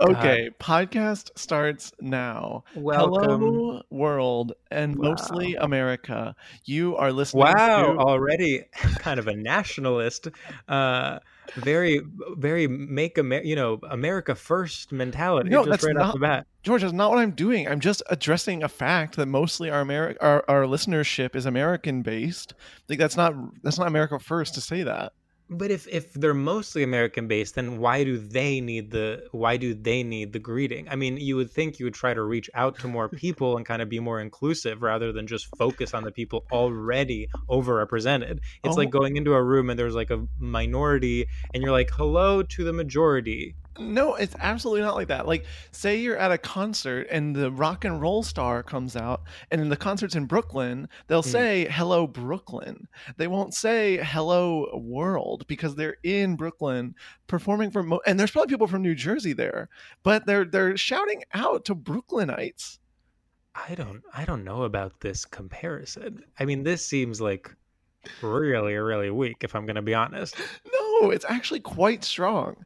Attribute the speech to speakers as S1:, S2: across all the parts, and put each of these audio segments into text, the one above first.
S1: Okay, podcast starts now. Hello, world, and mostly America. You are listening.
S2: Wow,
S1: to-
S2: already kind of a nationalist, uh, very, very make America, you know, America first mentality.
S1: No,
S2: just
S1: that's
S2: right off the bat.
S1: George, that's not what I'm doing. I'm just addressing a fact that mostly our Ameri- our, our listenership is American based. Like that's not that's not America first to say that.
S2: But if if they're mostly American based, then why do they need the why do they need the greeting? I mean, you would think you would try to reach out to more people and kind of be more inclusive rather than just focus on the people already overrepresented. It's
S1: Oh.
S2: like going into a room and there's like a minority and you're like, "Hello to the majority."
S1: No, it's absolutely not like that. Like, say you're at a concert and the rock and roll star comes out, and in the concerts in Brooklyn, they'll
S2: Mm.
S1: say "Hello "Oh, Brooklyn." They won't say "Hello World" because they're in Brooklyn performing for, mo- and there's probably people from New Jersey there, but they're they're shouting out to Brooklynites.
S2: I don't I don't know about this comparison. I mean, this seems like really really weak if I'm going to be honest.
S1: No, it's actually quite strong.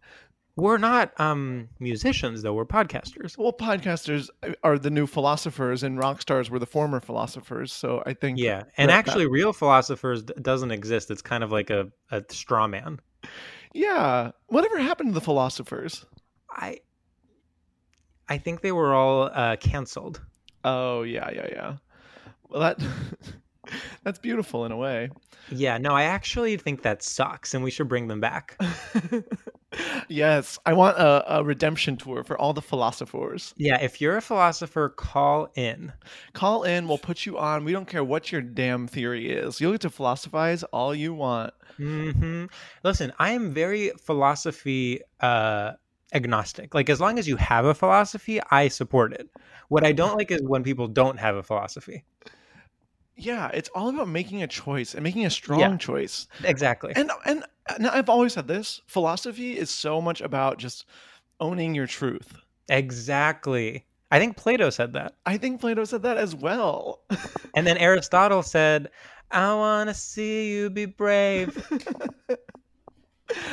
S2: We're not um musicians though, we're podcasters.
S1: Well, podcasters uh, are the new philosophers, and rock stars were the former philosophers. So I think
S2: Yeah,
S1: that-
S2: and
S1: that-
S2: actually, real philosophers d- doesn't exist. It's kind of like a, a straw man.
S1: yeah, whatever happened to the philosophers?
S2: I I think they were all uh, canceled.
S1: Oh yeah, yeah, yeah. Well, that that's beautiful in a way.
S2: Yeah, no, I actually think that sucks, and we should bring them back.
S1: yes, I want a, a redemption tour for all the philosophers.
S2: Yeah, if you're a philosopher, call in.
S1: Call in, we'll put you on. We don't care what your damn theory is. You'll get to philosophize all you want.
S2: hmm Listen, I am very philosophy uh, agnostic. Like, as long as you have a philosophy, I support it. What I don't like is when people don't have a philosophy.
S1: Yeah, it's all about making a choice and making a strong
S2: Yeah.
S1: choice.
S2: Exactly.
S1: And and and I've always said this, philosophy is so much about just owning your truth.
S2: exactly. I think Plato said that.
S1: I think Plato said that as well.
S2: And then Aristotle said, I want to see you be brave.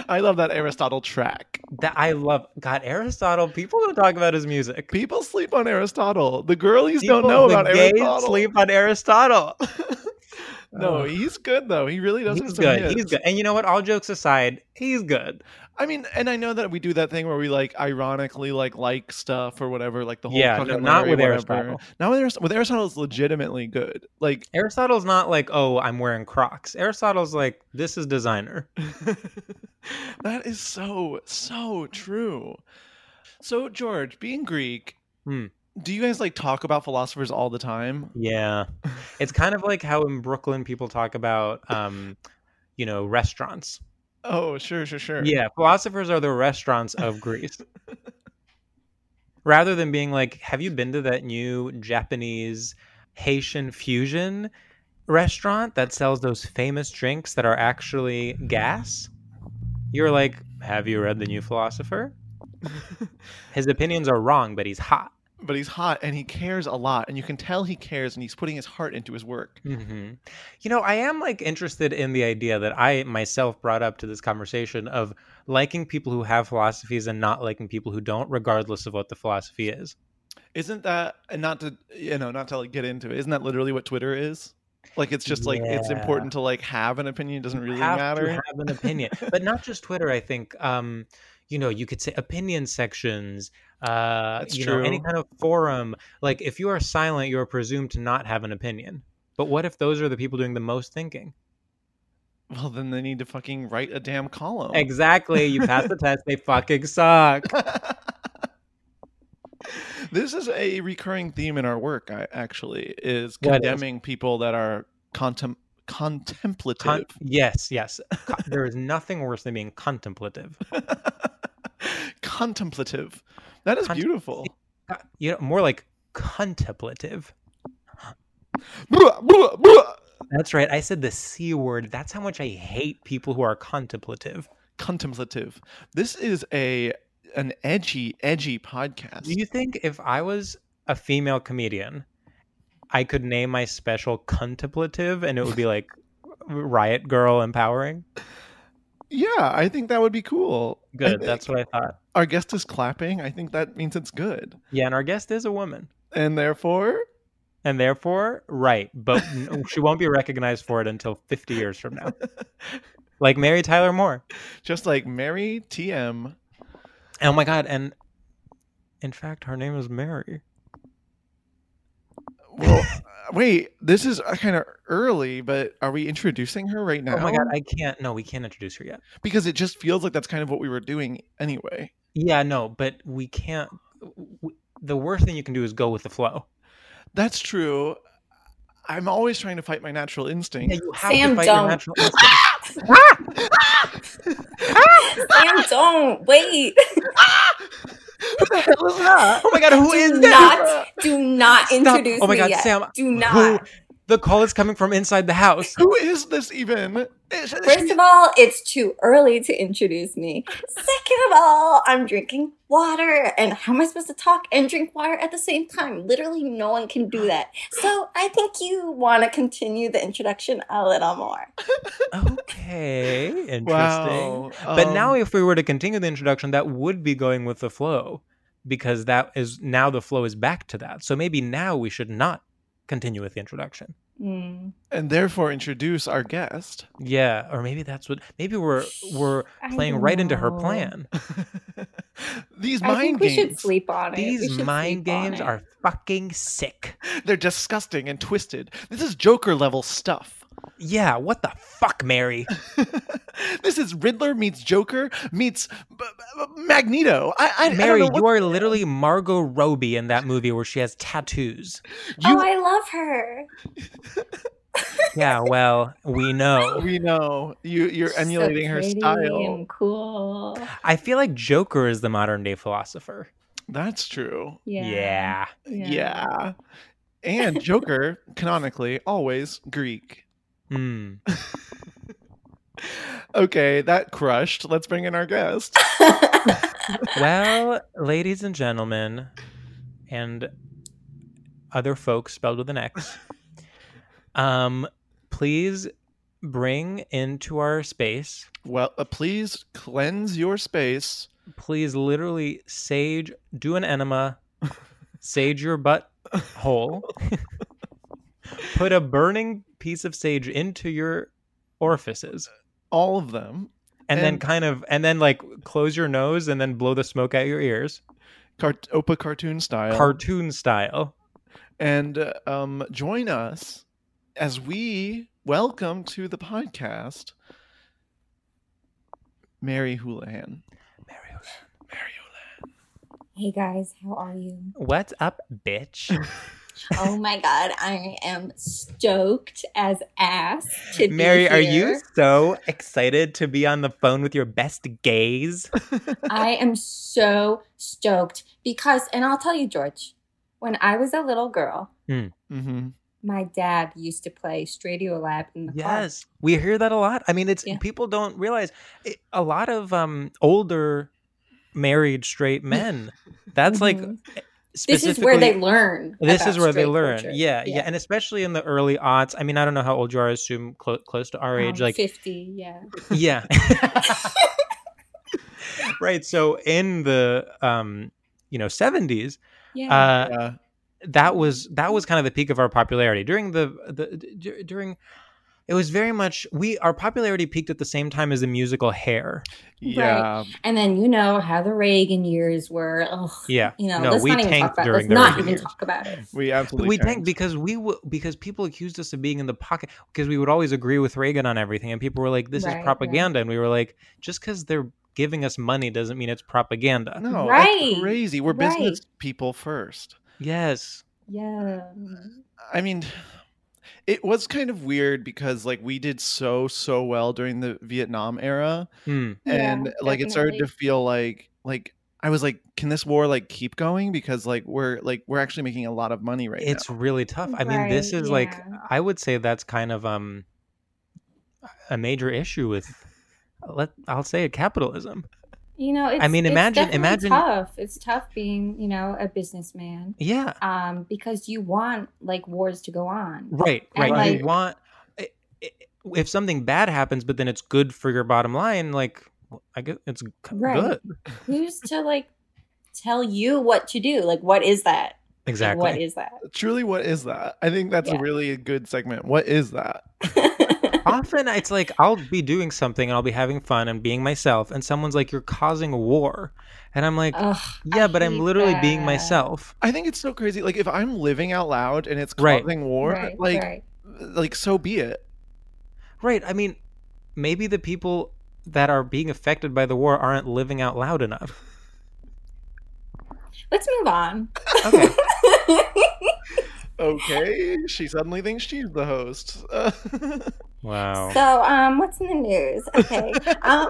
S1: I love that Aristotle track.
S2: that I love. God, Aristotle, people don't talk about his music.
S1: People sleep on Aristotle. The girlies
S2: People-
S1: don't know
S2: the
S1: about
S2: gays
S1: Aristotle.
S2: sleep on Aristotle.
S3: No, he's good though. He really does.
S2: Oh.
S3: have
S2: he's
S3: some
S2: good.
S3: hits.
S2: He's good. And you know what? All jokes aside, he's good.
S3: I mean, and I know that we do that thing where we like ironically like like stuff or whatever, like the whole
S2: Yeah, no,
S3: fucking
S2: not
S3: Larry
S2: with
S3: whatever.
S2: Aristotle.
S3: Not with Aristotle. With Aristotle is legitimately good. Like,
S2: Aristotle's not like, oh, I'm wearing Crocs. Aristotle's like, this is designer.
S3: that is so so true. So George, being Greek,
S2: Hmm.
S3: do you guys like talk about philosophers all the time?
S2: Yeah. It's kind of like how in Brooklyn people talk about um, you know, restaurants.
S3: Oh, sure, sure, sure.
S2: Yeah, philosophers are the restaurants of Greece. Rather than being like, have you been to that new Japanese Haitian fusion restaurant that sells those famous drinks that are actually gas? You're like, have you read the new philosopher? His opinions are wrong, but he's hot.
S3: But he's hot and he cares a lot, and you can tell he cares, and he's putting his heart into his work.
S2: hmm You know, I am like interested in the idea that I myself brought up to this conversation of liking people who have philosophies and not liking people who don't, regardless of what the philosophy is.
S3: Isn't that and not to you know not to like get into it? Isn't that literally what Twitter is? Like it's just like it's
S2: Yeah.
S3: important to like have an opinion. It doesn't really
S2: have
S3: matter.
S2: to have an opinion, but not just Twitter. I think, um, you know, you could say opinion sections. Uh,
S3: That's
S2: you know, any
S3: true.
S2: kind of forum. Like, if you are silent, you are presumed to not have an opinion. But what if those are the people doing the most thinking?
S3: Well, then they need to fucking write a damn column.
S2: Exactly. You pass the test. They fucking suck.
S3: this is a recurring theme in our work. I actually is
S2: What is?
S3: condemning people that are contem- contemplative.
S2: Con- yes, yes. Co- there is nothing worse than being contemplative.
S3: contemplative. That is
S2: Contem-
S3: beautiful.
S2: Co- You know, more like contemplative.
S3: Blah, blah, blah.
S2: That's right. I said the c word. That's how much I hate people who are contemplative.
S3: Contemplative. This is a an edgy, edgy podcast.
S2: Do you think if I was a female comedian, I could name my special contemplative, and it would be like Riot Girl empowering?
S3: Yeah, I think that would be cool. I
S2: Good.
S3: think-
S2: That's what I thought.
S3: our guest is clapping. I think that means it's good,
S2: Yeah, and our guest is a woman.
S3: and therefore,
S2: And therefore, right, but n- she won't be recognized for it until 50 years from now. Like Mary Tyler Moore.
S3: just like Mary TM.
S2: Oh my god! And in fact, her name is Mary.
S3: Well, wait, this is kind of early, but are we introducing her right now?
S2: Oh my god! I can't. No, we can't introduce her yet.
S3: because it just feels like that's kind of what we were doing anyway.
S2: Yeah, no, but we can't. w- The worst thing you can do is go with the flow.
S3: That's true. I'm always trying to fight my natural instinct.
S2: Yeah, you have to
S4: Sam,
S2: fight your
S4: don't.
S2: natural instinct.
S4: Sam, don't wait.
S3: Who the hell is that?
S2: Oh my god! Who
S4: do
S2: is that?
S4: not, do not
S2: Stop.
S4: introduce
S2: Oh my
S4: me
S2: god,
S4: yet.
S2: Sam!
S4: do
S2: Who?
S4: not.
S2: The call is coming from inside the house.
S3: Who is this even? Is- is
S4: First
S3: she-
S4: of all, it's too early to introduce me. Second of all, I'm drinking water, and how am I supposed to talk and drink water at the same time? Literally, no one can do that. So I think you want to continue the introduction a little more.
S2: Okay, interesting.
S3: Wow.
S2: But now,
S3: Um,
S2: if we were to continue the introduction, that would be going with the flow, because that is now the flow is back to that. So maybe now we should not continue with the introduction.
S4: Hmm.
S3: and therefore introduce our guest.
S2: Yeah, or maybe that's what maybe we're we're
S4: I
S2: playing
S4: don't
S2: right into her
S4: know.
S2: plan.
S3: These
S4: I
S3: mind
S4: think
S3: games.
S4: we should sleep on it. We
S2: These
S4: should
S2: mind
S4: sleep on
S2: games
S4: it.
S2: are fucking sick.
S3: They're disgusting and twisted. This is Joker level stuff.
S2: Yeah, what the fuck, Mary?
S3: this is Riddler meets Joker meets B- B- B- Magneto. I, I,
S2: Mary,
S3: I don't know
S2: you
S3: what-
S2: are literally Margot Robbie in that movie where she has tattoos.
S4: oh, I love her.
S2: Yeah, well, we know.
S3: we know you. You're
S4: She's so
S3: emulating her
S4: pretty
S3: style.
S4: and cool.
S2: I feel like Joker is the modern day philosopher.
S3: That's true.
S4: Yeah.
S2: Yeah.
S4: Yeah.
S3: Yeah. And Joker, canonically, always Greek.
S2: Hmm.
S3: Okay, that crushed. Let's bring in our guest.
S2: Well, ladies and gentlemen, and other folks spelled with an X, um, please bring into our space.
S3: Well, uh, please cleanse your space.
S2: Please literally sage, do an enema, sage your butt hole, Put a burning piece of sage into your orifices.
S1: All of them.
S2: And, then
S1: And-
S2: kind of and then like close your nose and then blow the smoke out your ears.
S1: Cart- Opa cartoon style.
S2: Cartoon style.
S1: and uh, um, join us as we welcome to the podcast Mary Houlihan.
S2: Mario.
S1: Mary
S4: Hey guys, how are you?
S2: What's up, bitch?
S4: Oh my god, I am stoked as ass to be
S2: Mary, are you
S4: here.
S2: so excited to be on the phone with your best gays?
S4: I am so stoked because, and I'll tell you, George, when I was a little girl,
S2: Hmm.
S1: Houlihan.
S4: my dad used to play Stradio Lab in the car.
S2: Yes, we hear that a lot. I mean, it's
S4: Yeah.
S2: people don't realize it, a lot of um older married straight men. That's
S4: Mhm.
S2: like e,
S4: This is where they
S2: specifically-
S4: learn.
S2: This
S4: about
S2: is where they
S4: straight
S2: learn.
S4: culture.
S2: Yeah, yeah, and especially in the early aughts. I mean, I don't know how old you are. I assume clo- close to our age.
S4: Um,
S2: Like,
S4: 50, yeah.
S2: yeah right so in the um you know 70s
S4: Yeah.
S2: uh
S1: Yeah.
S2: that was that was kind of the peak of our popularity during the the d- during it was very much we our popularity peaked at the same time as the musical hair
S1: Yeah.
S4: and then you know how the Reagan years were. Ugh,
S2: yeah
S4: you know,
S2: no
S4: let's
S2: we
S4: not even talk
S2: tanked
S4: about
S2: during
S4: Let's
S2: the
S4: not
S2: Reagan
S4: even
S2: years.
S4: talk about it.
S1: We
S2: But
S1: absolutely
S2: we tanked
S1: tanked.
S2: because we w- because people accused us of being in the pocket because we would always agree with Reagan on everything, and people were like, "This
S4: Right,
S2: is
S4: right.
S2: propaganda," and we were like, "Just because they're giving us money doesn't mean it's propaganda."
S1: No,
S4: Right.
S1: that's crazy. We're
S4: Right.
S1: business people first.
S2: Yes,
S4: Yeah.
S1: I mean, it was kind of weird because like we did so so well during the Vietnam era,
S2: Hmm.
S1: and like it started to
S4: definitely.
S1: feel like like I was like, can this war like keep going? Because like we're like we're actually making a lot of money right
S2: it's
S1: now.
S2: really tough i mean this
S4: Right,
S2: is like uh,
S4: yeah.
S2: i would say that's kind of um a major issue with let i'll say it capitalism
S4: You know, it's,
S2: mean,
S4: it's
S2: imagine-
S4: definitely
S2: imagine-
S4: tough. It's tough being, you know, a businessman.
S2: yeah
S4: Um, because you want like wars to go on.
S2: right
S4: And,
S2: right
S4: like-
S2: you want i- i- if something bad happens but then it's good for your bottom line like i guess it's g-
S4: Right.
S2: good
S4: Who's to like tell you what to do? Like, what is that? Like,
S2: exactly
S4: what is that?
S1: Truly, what is that? I think that's
S4: Yeah.
S1: a really a good segment. What is that?
S2: often it's like I'll be doing something and I'll be having fun and being myself, and someone's like, "You're causing a war," and I'm like,
S4: Ugh,
S2: "Yeah, but I'm
S4: Oh, hate
S2: literally being
S4: that.
S2: myself."
S1: I think it's so crazy. Like if I'm living out loud and it's
S2: Right.
S1: causing war,
S4: right,
S1: like
S4: right.
S1: like so be it.
S2: Right. I mean, maybe the people that are being affected by the war aren't living out loud enough.
S4: Let's move on.
S2: Okay.
S1: Okay, she suddenly thinks she's the host.
S2: Wow.
S4: So, um, what's in the news? Okay. Um,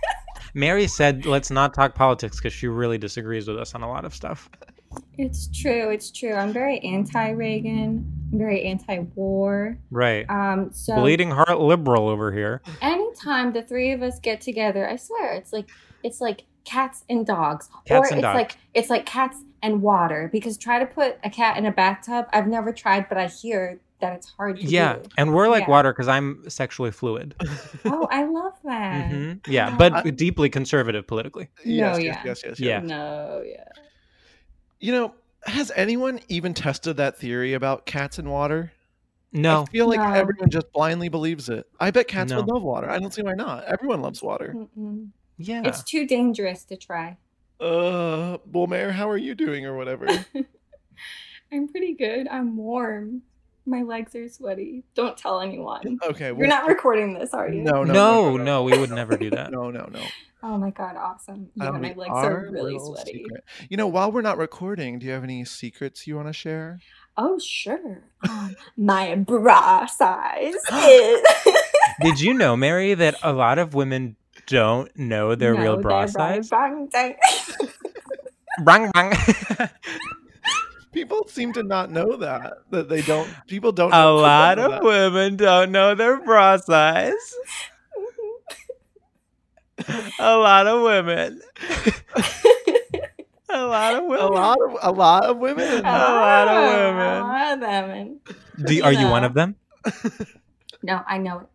S2: Mary said, let's not talk politics because she really disagrees with us on a lot of stuff.
S4: it's true. It's true. I'm very anti-Reagan. I'm very anti-war.
S2: Right.
S4: Um, so
S2: Bleeding heart liberal over here.
S4: anytime the three of us get together, I swear it's like it's like cats and dogs,
S2: Cats
S4: or
S2: and
S4: it's
S2: dogs.
S4: like it's like cats and water. Because try to put a cat in a bathtub. I've never tried, but I hear that it's hard to
S2: Yeah.
S4: do.
S2: And we're like
S4: Yeah.
S2: water because I'm sexually fluid.
S4: Oh, I love that.
S2: hmm Yeah.
S4: Yeah.
S2: But deeply conservative politically.
S1: yes, yes,
S4: yeah.
S1: yes, yes, yes.
S2: Yeah.
S4: No, yeah.
S1: You know, has anyone even tested that theory about cats and water?
S2: No.
S1: I feel like
S4: No.
S1: everyone just blindly believes it. I bet cats would
S2: No.
S1: love water. I don't see why not. Everyone loves water.
S4: Mm-mm.
S2: Yeah.
S4: It's too dangerous to try.
S1: Uh, well, Mayor, how are you doing or whatever?
S4: I'm pretty good. I'm warm. My legs are sweaty. Don't tell anyone.
S1: Okay,
S4: You're not recording this, are you?
S1: No,
S2: Oh, no,
S1: no,
S2: no,
S1: no, no.
S2: we would never do that.
S1: No, no, no.
S4: Oh my god, awesome. Yeah,
S1: Um,
S4: my
S1: we
S4: legs are
S1: are
S4: really
S1: little
S4: sweaty.
S1: secret. You know, while we're not recording, do you have any secrets you want to share?
S4: Oh sure. Um, my bra size is
S2: Did you know, Mary, that a lot of women don't know their
S4: No,
S2: real bra
S4: they're right,
S2: size?
S4: wrong thing.
S2: Wrong, wrong.
S1: People seem to not know that that they don't. People don't.
S2: a
S1: know they
S2: lot
S1: know
S2: of
S1: that.
S2: women don't know their bra size.
S4: Mm-hmm.
S2: A lot of women. a lot of women.
S1: A lot of a lot of women.
S2: A lot of
S4: Ah,
S2: women.
S4: A lot of women.
S2: Do, are you one
S4: Yeah.
S2: of them?
S4: No, I know it.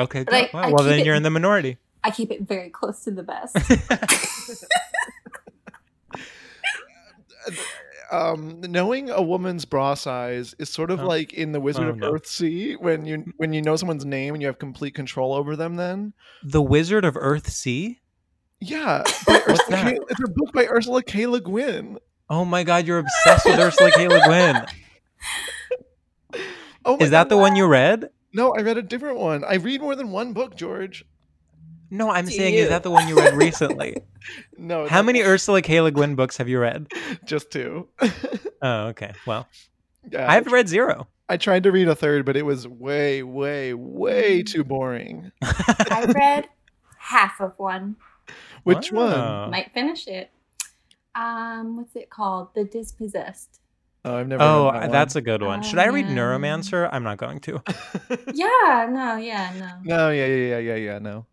S2: Okay. good.
S4: Like,
S2: Wow,
S4: I
S2: well,
S4: keep
S2: then
S4: it-
S2: you're in the minority.
S4: I keep it very close to the vest.
S3: um, knowing a woman's bra size is sort of
S2: Oh.
S3: like in the Wizard
S2: Oh,
S3: of
S2: no.
S3: Earth Sea when you when you know someone's name and you have complete control over them. Then
S2: The Wizard of Earth Sea?
S3: yeah, by
S2: What's
S3: Ursula
S2: that?
S3: K- it's a book by Ursula K. Le Guin.
S2: Oh my god, you're obsessed with Ursula K. Le Guin.
S3: Oh, my
S2: Is that the one you read?
S3: No, I read a different one. I read more than one book, George.
S2: No, I'm
S4: Do
S2: saying
S4: you?
S2: is that the one you read recently?
S3: No, it's
S2: How
S3: not
S2: many
S3: that.
S2: Ursula K. Le Guin books have you read?
S3: Just two.
S2: Oh, okay. Well,
S3: yeah,
S2: I have read zero.
S3: I tried to read a third, but it was way, way,
S2: Mm.
S3: way too boring.
S4: I read half of one.
S3: Which
S2: Wow.
S3: one?
S4: Might finish it. Um, what's it called? The Dispossessed.
S3: Oh, I've never.
S2: Oh,
S3: read that
S2: that's
S3: one.
S2: a good one. Should I read
S4: Um,
S2: Neuromancer? I'm not going to.
S4: Yeah, no, yeah, no.
S3: no. Yeah, yeah, yeah, yeah, yeah. No.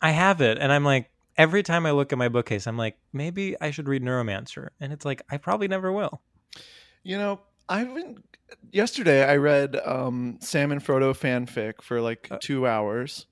S2: I have it, and I'm like, every time I look at my bookcase, I'm like, maybe I should read Neuromancer, and it's like, I probably never will.
S3: You know, I've been. Yesterday, I read um, Sam and Frodo fanfic for like two hours.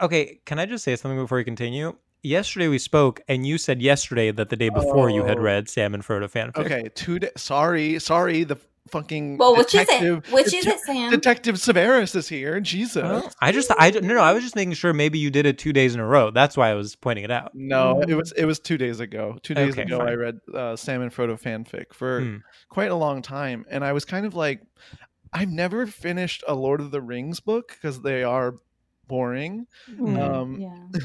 S2: Okay, can I just say something before we continue? Yesterday we spoke, and you said yesterday that the day before you had
S3: Oh.
S2: read Sam and Frodo fanfic.
S3: Okay, two. Da- sorry, sorry. The fucking
S4: Well, which is
S3: detective,
S4: it? Which is
S3: dete-
S4: it, Sam?
S3: Detective Severus is here. Jesus.
S2: Oh, I just, I no, no, I was just making sure maybe you did it two days in a row. That's why I was pointing it out.
S3: No, it was it was two days ago. Two days
S2: Mm. Okay,
S3: ago, I
S2: fine.
S3: read uh, Sam and Frodo fanfic for
S2: Hmm.
S3: quite a long time, and I was kind of like, I've never finished a Lord of the Rings book because they are boring.
S4: Mm,
S3: Um,
S4: yeah.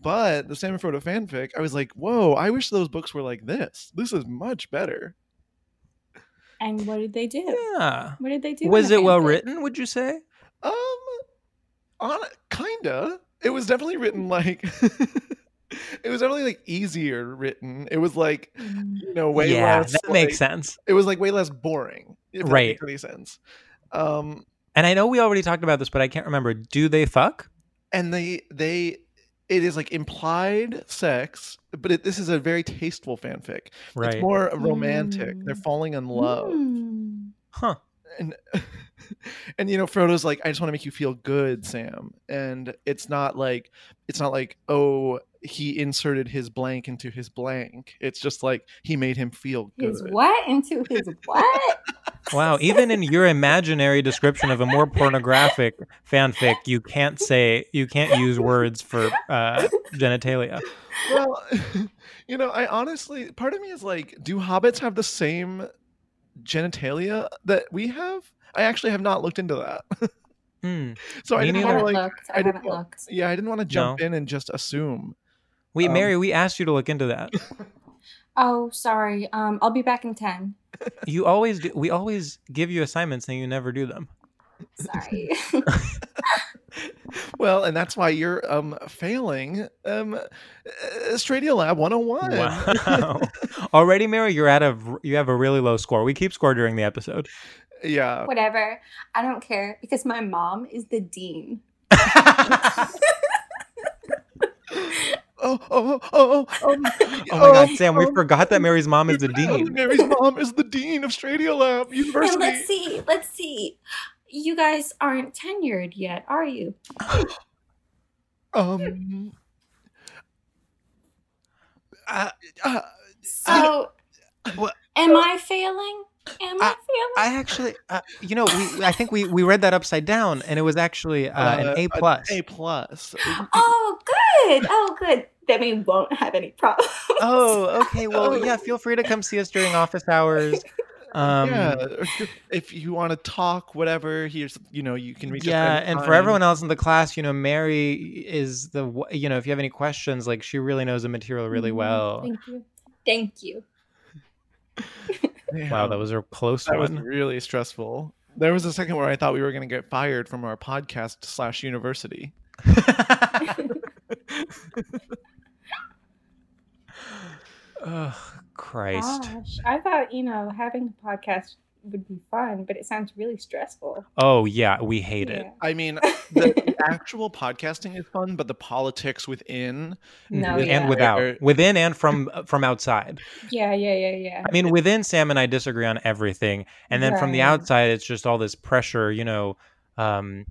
S3: But the Sam and Frodo fanfic, I was like, whoa! I wish those books were like this. This is much better.
S4: And what did they do?
S2: Yeah.
S4: What did they do? in
S2: Was
S4: the
S2: it well
S4: fanfic?
S2: written? Would you say?
S3: Um, on kinda. It was definitely written like. it was definitely like easier written. It was like
S4: Mm.
S3: you know way
S2: yeah,
S3: less.
S2: that makes
S3: like-
S2: sense.
S3: it was like way less boring. If that
S2: Right.
S3: makes any sense. Um,
S2: And I know we already talked about this, but I can't remember. Do they fuck?
S3: and they they it is like implied sex, but it, this is a very tasteful fanfic. It's more romantic. They're
S4: Mm.
S3: falling in love,
S4: Mm.
S2: Huh.
S3: and and you know Frodo's like, I just want to make you feel good, Sam. And it's not like it's not like oh he inserted his blank into his blank. It's just like he made him feel good.
S4: His what into his what?
S2: Wow. Even in your imaginary description of a more pornographic fanfic, you can't say you can't use words for uh, genitalia.
S3: well, you know, I honestly, part of me is like, do hobbits have the same genitalia that we have? I actually have not looked into that,
S2: Hmm.
S3: so I
S2: Me
S3: didn't
S4: I
S3: want to
S4: haven't
S3: like,
S4: looked. I,
S3: I didn't
S4: haven't
S3: know.
S4: looked.
S3: yeah, I didn't want to jump in and just assume.
S2: Wait,
S3: Um,
S2: Mary, we asked you to look into that.
S4: Oh, sorry. Um, I'll be back in ten.
S2: You always do. We always give you assignments and you never do them.
S4: Sorry.
S3: Well, and that's why you're um failing um uh, Stradiolab 101.
S2: Wow. Already, Mary, you're at a you have a really low score. We keep score during the episode.
S3: yeah.
S4: Whatever. I don't care because my mom is the dean.
S3: Oh, oh, oh, oh, um,
S2: Oh my
S3: um,
S2: god, Sam, we
S3: um,
S2: forgot that Mary's mom is the dean.
S3: Mary's mom is the dean of Stradiolab
S4: And
S3: University.
S4: let's see. Let's see. You guys aren't tenured yet, are you?
S3: Um. Uh, uh,
S4: So,
S2: What-
S4: am I failing? Am I,
S2: I actually, uh, you know, we I think we we read that upside down, and it was actually uh, an A plus.
S3: A plus.
S4: failing? Oh, good. Oh, good. Then we won't have any problems.
S2: Oh, okay. Well, yeah. Feel free to come see us during office hours. Um,
S3: yeah.
S2: yeah,
S3: or If you want to talk, whatever. Here's you know you can reach. us anytime.
S2: and for everyone else in the class, you know, Mary is the w- you know, if you have any questions, like she really knows the material really
S4: Mm-hmm.
S2: well.
S4: Thank you. Thank you.
S3: Damn,
S2: Wow, that was a close
S3: that was
S2: one.
S3: really stressful. There was a second where I thought we were going to get fired from our podcast slash university.
S2: oh, Christ.
S4: Gosh, I thought, you know, having a podcast would be fun, but it sounds really stressful.
S2: Oh yeah, we hate it.
S3: I mean, the, the actual podcasting is fun, but the politics within.
S4: No,
S2: With-
S4: yeah.
S2: Mm-hmm. and without,
S3: Or-
S2: within and from uh, from outside.
S4: Yeah, yeah, yeah, yeah.
S2: I mean, within Sam and I disagree on everything, and then from the
S4: Right.
S2: outside, it's just all this pressure. You know, um,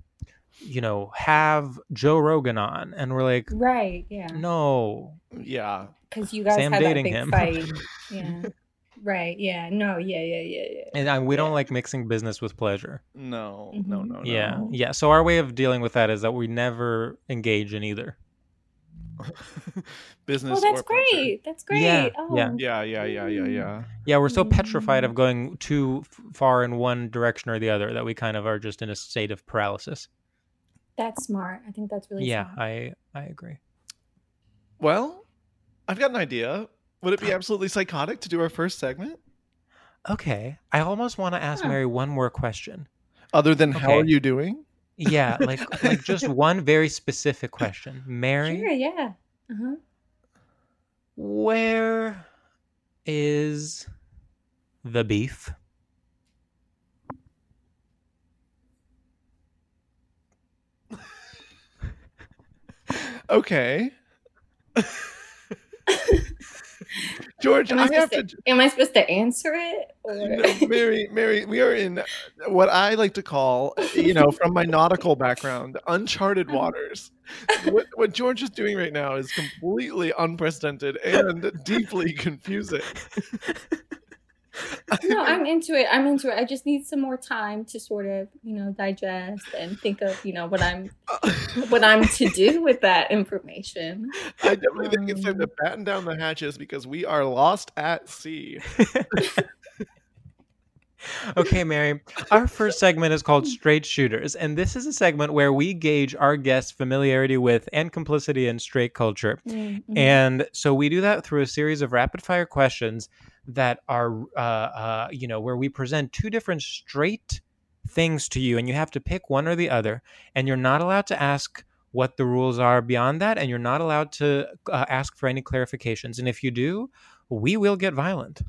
S2: you know, have Joe Rogan on, and we're like,
S4: Right, yeah.
S2: no,
S3: Yeah.
S4: Because you guys
S2: Sam
S4: had that
S2: dating
S4: big
S2: him.
S4: fight. Yeah. Right. Yeah. No. Yeah. Yeah. Yeah. Yeah.
S2: And I, we don't
S4: Yeah.
S2: like mixing business with pleasure.
S3: No, no,
S4: Mhm.
S3: no, no.
S2: Yeah. Yeah. So our way of dealing with that is that we never engage in either.
S3: Business.
S4: Oh, that's
S3: or pleasure.
S4: great. That's great.
S2: Yeah,
S4: Oh.
S2: yeah.
S3: Yeah, yeah, yeah, yeah, yeah.
S2: Yeah, we're so petrified
S4: Mm.
S2: of going too f- far in one direction or the other that we kind of are just in a state of paralysis.
S4: That's smart. I think that's really
S2: yeah,
S4: smart.
S2: I I agree.
S3: Well, I've got an idea. Would it be absolutely psychotic to do our first segment?
S2: Okay, I almost want to ask
S4: Huh.
S2: Mary one more question.
S3: Other than how
S2: Okay.
S3: are you doing?
S2: Yeah, like like just one very specific question, Mary.
S4: Sure. Yeah. Uh-huh.
S2: Where is the beef?
S3: Okay. George,
S4: Am I,
S3: I have
S4: supposed
S3: to.
S4: to, am I supposed to answer it? Or...
S3: No, Mary, Mary, we are in what I like to call, you know, from my nautical background, uncharted waters. What, what George is doing right now is completely unprecedented and deeply confusing.
S4: no, I'm into it. I'm into it. I just need some more time to sort of, you know, digest and think of, you know, what I'm what I'm to do with that information.
S3: I definitely think it's time to batten down the hatches because we are lost at sea.
S2: Okay, Mary. Our first segment is called Straight Shooters, and this is a segment where we gauge our guests' familiarity with and complicity in straight culture.
S4: Mm-hmm.
S2: And so we do that through a series of rapid fire questions that are, uh, uh, you know, where we present two different straight things to you, and you have to pick one or the other, and you're not allowed to ask what the rules are beyond that, and you're not allowed to uh, ask for any clarifications. And if you do, we will get violent.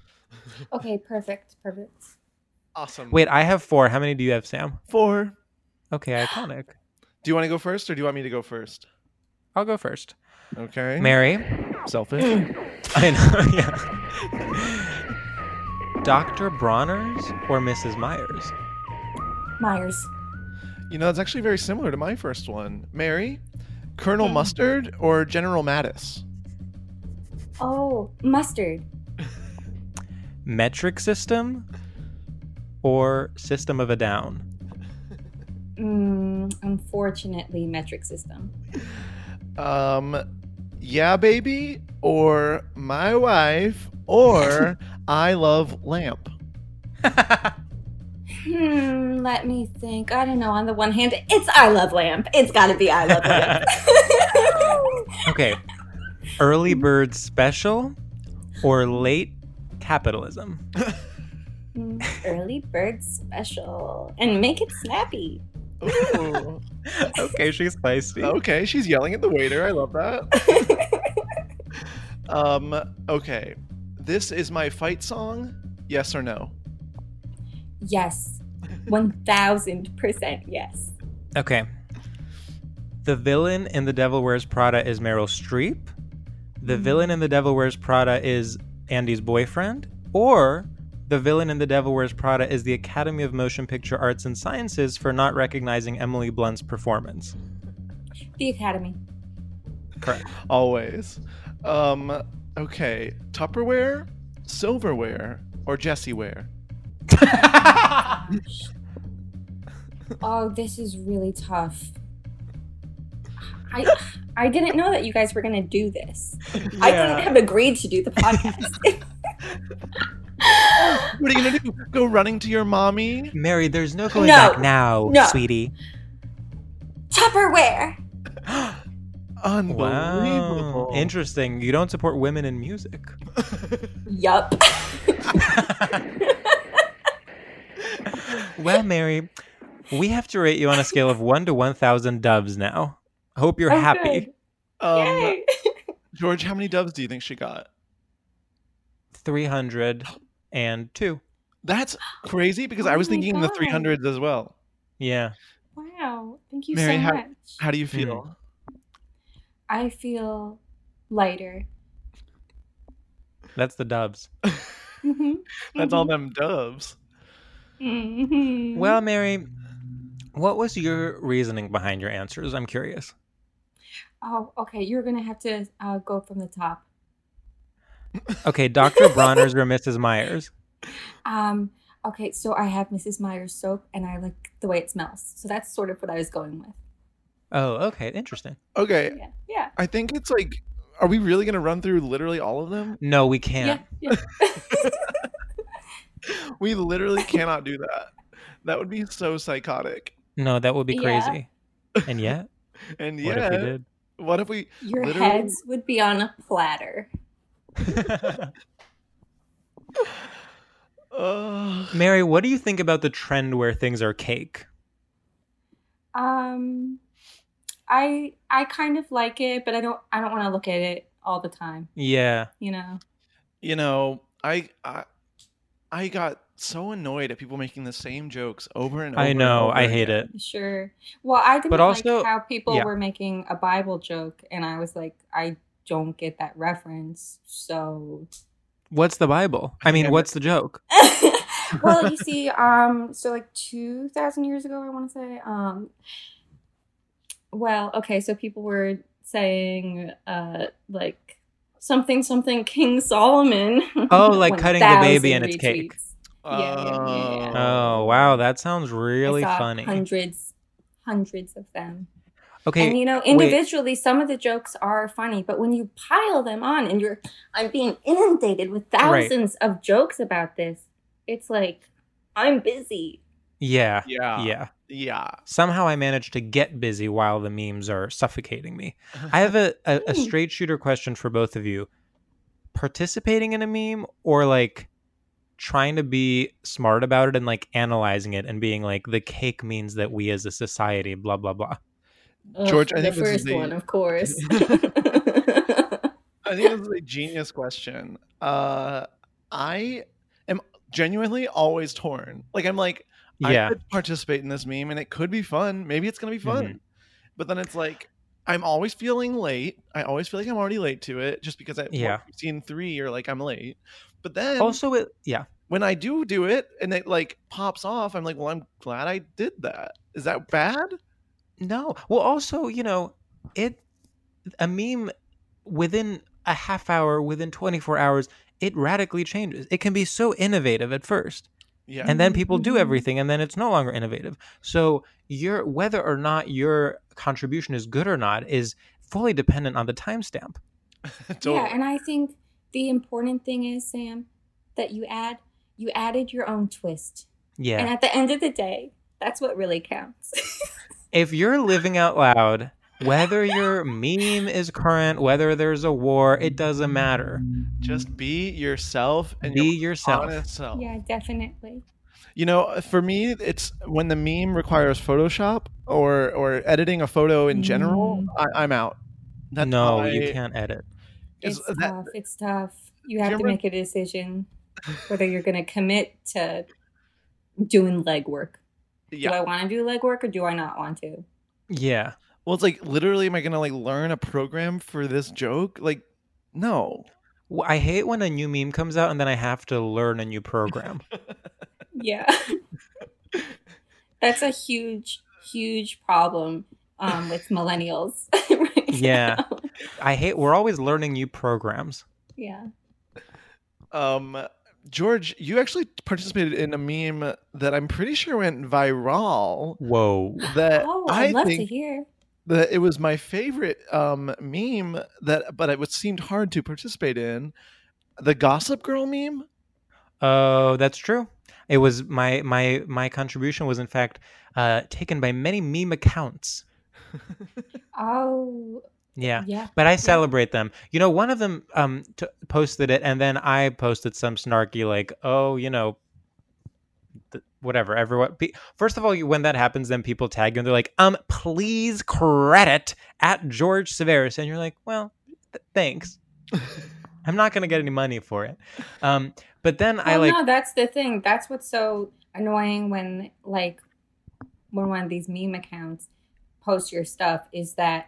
S4: okay, perfect. Perfect.
S3: Awesome.
S2: Wait, I have four. How many do you have, Sam?
S3: four.
S2: Okay, iconic.
S3: Do you want to go first or do you want me to go first?
S2: I'll go first.
S3: Okay.
S2: Mary.
S3: Selfish.
S2: I know. Yeah. Dr. Bronner's or Mrs. Myers?
S4: Myers.
S3: You know, it's actually very similar to my first one. Mary, Colonel Mustard or General Mattis?
S4: Oh, mustard.
S2: Metric system or system of a down?
S4: Mm, unfortunately, metric system.
S3: Um, yeah, baby, or my wife, or I love lamp.
S4: Hmm, let me think. I don't know. On the one hand, it's I love lamp. It's got to be I love lamp.
S2: Okay. Early bird special or late capitalism?
S4: Mm, Early bird special and make it snappy.
S3: Ooh.
S2: okay, she's feisty.
S3: okay, she's yelling at the waiter. I love that. Um, okay, this is my fight song. Yes or no?
S4: yes, one thousand percent yes.
S2: Okay. The villain in The Devil Wears Prada is Meryl Streep. The villain in The Devil Wears Prada is Andy's boyfriend. Or the villain in The Devil Wears Prada is the Academy of Motion Picture Arts and Sciences for not recognizing Emily Blunt's performance.
S4: The Academy.
S2: Correct.
S3: Always. Um, okay, Tupperware, silverware, or Jessyware?
S4: Oh, this is really tough. I I didn't know that you guys were gonna do this. I couldn't have agreed to do the podcast.
S3: What are you gonna do? Go running to your mommy?
S2: Mary, there's no going
S4: No.
S2: back now,
S4: No.
S2: sweetie.
S4: Tupperware.
S3: Unbelievable.
S2: Wow. Interesting. You don't support women in music.
S4: Yup.
S2: Well, Mary, we have to rate you on a scale of one to 1,000 doves now. Hope
S4: Oh,
S2: you're happy.
S3: Um,
S4: Yay.
S3: George, how many doves do you think she got?
S2: 302.
S3: That's crazy because I
S4: Oh
S3: was
S4: my
S3: thinking in the
S4: God.
S3: 300s as well.
S2: Yeah.
S4: Wow. Thank you
S3: Mary,
S4: so
S3: how-
S4: much.
S3: How do you
S2: Hmm.
S3: feel?
S4: I feel lighter.
S2: That's the dubs.
S4: Mm-hmm.
S3: That's all them doves.
S4: Mm-hmm.
S2: Well, Mary, what was your reasoning behind your answers? I'm curious.
S4: Oh, okay. You're gonna have to uh, go from the top.
S2: Okay, Dr. Bronner's or Mrs. Myers?
S4: Um, okay, so I have Mrs. Meyer's soap and I like the way it smells. So that's sort of what I was going with.
S2: Oh, okay, interesting.
S3: Okay,
S4: Yeah. Yeah.
S3: I think it's like, are we really gonna run through literally all of them?
S2: No, we
S4: Yeah.
S2: can't.
S4: yeah.
S3: We literally cannot do that. That would be so psychotic.
S2: No, that would be
S4: Yeah.
S2: crazy. And yet,
S3: And
S2: what if we
S3: yeah,
S2: did?
S3: what if we?
S4: Your
S3: Literally.
S4: heads would be on a platter.
S3: Uh,
S2: Mary, what do you think about the trend where things are cake?
S4: Um I I kind of like it, but I don't I don't want to look at it all the time,
S2: Yeah.
S4: you know.
S3: you know, I, I I got so annoyed at people making the same jokes over and over.
S2: I
S3: and
S2: know.
S3: over
S2: I hate
S3: again.
S2: it.
S4: Sure. Well, I didn't
S2: But also-
S4: like how people
S2: yeah.
S4: were making a Bible joke and I was like I don't get that reference. So
S2: What's the Bible? I mean,
S3: Yeah.
S2: what's the joke?
S4: well, you see, um, so like two thousand years ago, I want to say, um, well, okay, so people were saying, uh, like something, something, King Solomon.
S2: Oh, like
S4: One
S2: cutting the baby
S4: thousand
S2: and its cake.
S4: retweets. Yeah, yeah, yeah,
S2: Oh, wow. That sounds really
S4: I saw
S2: funny.
S4: Hundreds, hundreds of them.
S2: okay.
S4: and you know, individually, some of the jokes are funny, but when you pile them on, and you're, I'm being inundated with
S2: Right.
S4: thousands of jokes about this. It's like, I'm busy.
S2: yeah.
S3: Uh, yeah, yeah,
S2: Yeah. Somehow I managed to get busy while the memes are suffocating me. I have a, a, a
S4: Hmm.
S2: straight shooter question for both of you. Participating in a meme or like trying to be smart about it and like analyzing it and being like the cake means that we as a society blah blah blah.
S4: Ugh,
S3: George, I
S4: the
S3: think this is
S4: first
S3: the-
S4: one, of course.
S3: I think this is a genius question. Uh, I am genuinely always torn. Like I'm like, I
S2: yeah.
S3: could participate in this meme and it could be fun. Maybe it's gonna be fun.
S2: Mm-hmm.
S3: But then it's like I'm always feeling late. I always feel like I'm already late to it just because at
S2: Yeah.
S3: scene three you're like I'm late. But then
S2: Also it yeah.
S3: when I do do it and it like pops off, I'm like, well, I'm glad I did that. Is that bad?
S2: No. Well, also, you know, it a meme within a half hour, within 24 hours, it radically changes. It can be so innovative at first,
S3: Yeah.
S2: and then people do
S4: Mhm.
S2: everything and then it's no longer innovative. So, your whether or not your contribution is good or not is fully dependent on the timestamp.
S4: Yeah, and I think the important thing is, Sam, that you add you added your own twist. And
S2: Yeah.
S4: at the end of the day, that's what really counts.
S2: If you're living out loud, whether your meme is current, whether there's a war, it doesn't matter.
S3: just be yourself and
S2: Be
S3: your
S2: yourself.
S3: honest self.
S4: yeah, definitely.
S3: You know, for me, it's when the meme requires Photoshop or or editing a photo in general.
S4: Mm.
S3: I, I'm out. That's
S2: no,
S3: my-
S2: you can't edit.
S3: is
S4: It's
S3: uh, that-
S4: tough. It's tough. You have to
S3: remember-
S4: make a decision whether you're going to commit to doing legwork.
S3: yeah.
S4: Do I want to do legwork or do I not want to?
S2: Yeah.
S3: Well, it's like literally, am I gonna like learn a program for this joke? Like, no.
S2: Well, I hate when a new meme comes out and then I have to learn a new program.
S4: Yeah. That's a huge, huge problem um, with millennials. right
S2: Yeah.
S4: now.
S2: I hate we're always learning new programs.
S4: Yeah.
S3: Um, George, you actually participated in a meme that I'm pretty sure went viral.
S2: Whoa.
S3: That
S4: Oh, I'd
S3: Uh, I
S4: love
S3: think
S4: to hear.
S3: that it was my favorite um, meme that, but it was seemed hard to participate in. The Gossip Girl meme.
S2: Oh, that's true. It was my my my contribution was in fact uh taken by many meme accounts.
S4: Oh,
S2: Yeah.
S4: yeah.
S2: But I celebrate them. You know, one of them um t- posted it and then I posted some snarky like, "Oh, you know, th- whatever everyone pe- first of all you- when that happens then people tag you and they're like um please credit at george severus and you're like well th- thanks i'm not gonna get any money for it um but then i
S4: Well,
S2: like
S4: no, that's the thing. That's what's so annoying when like when one of these meme accounts posts your stuff is that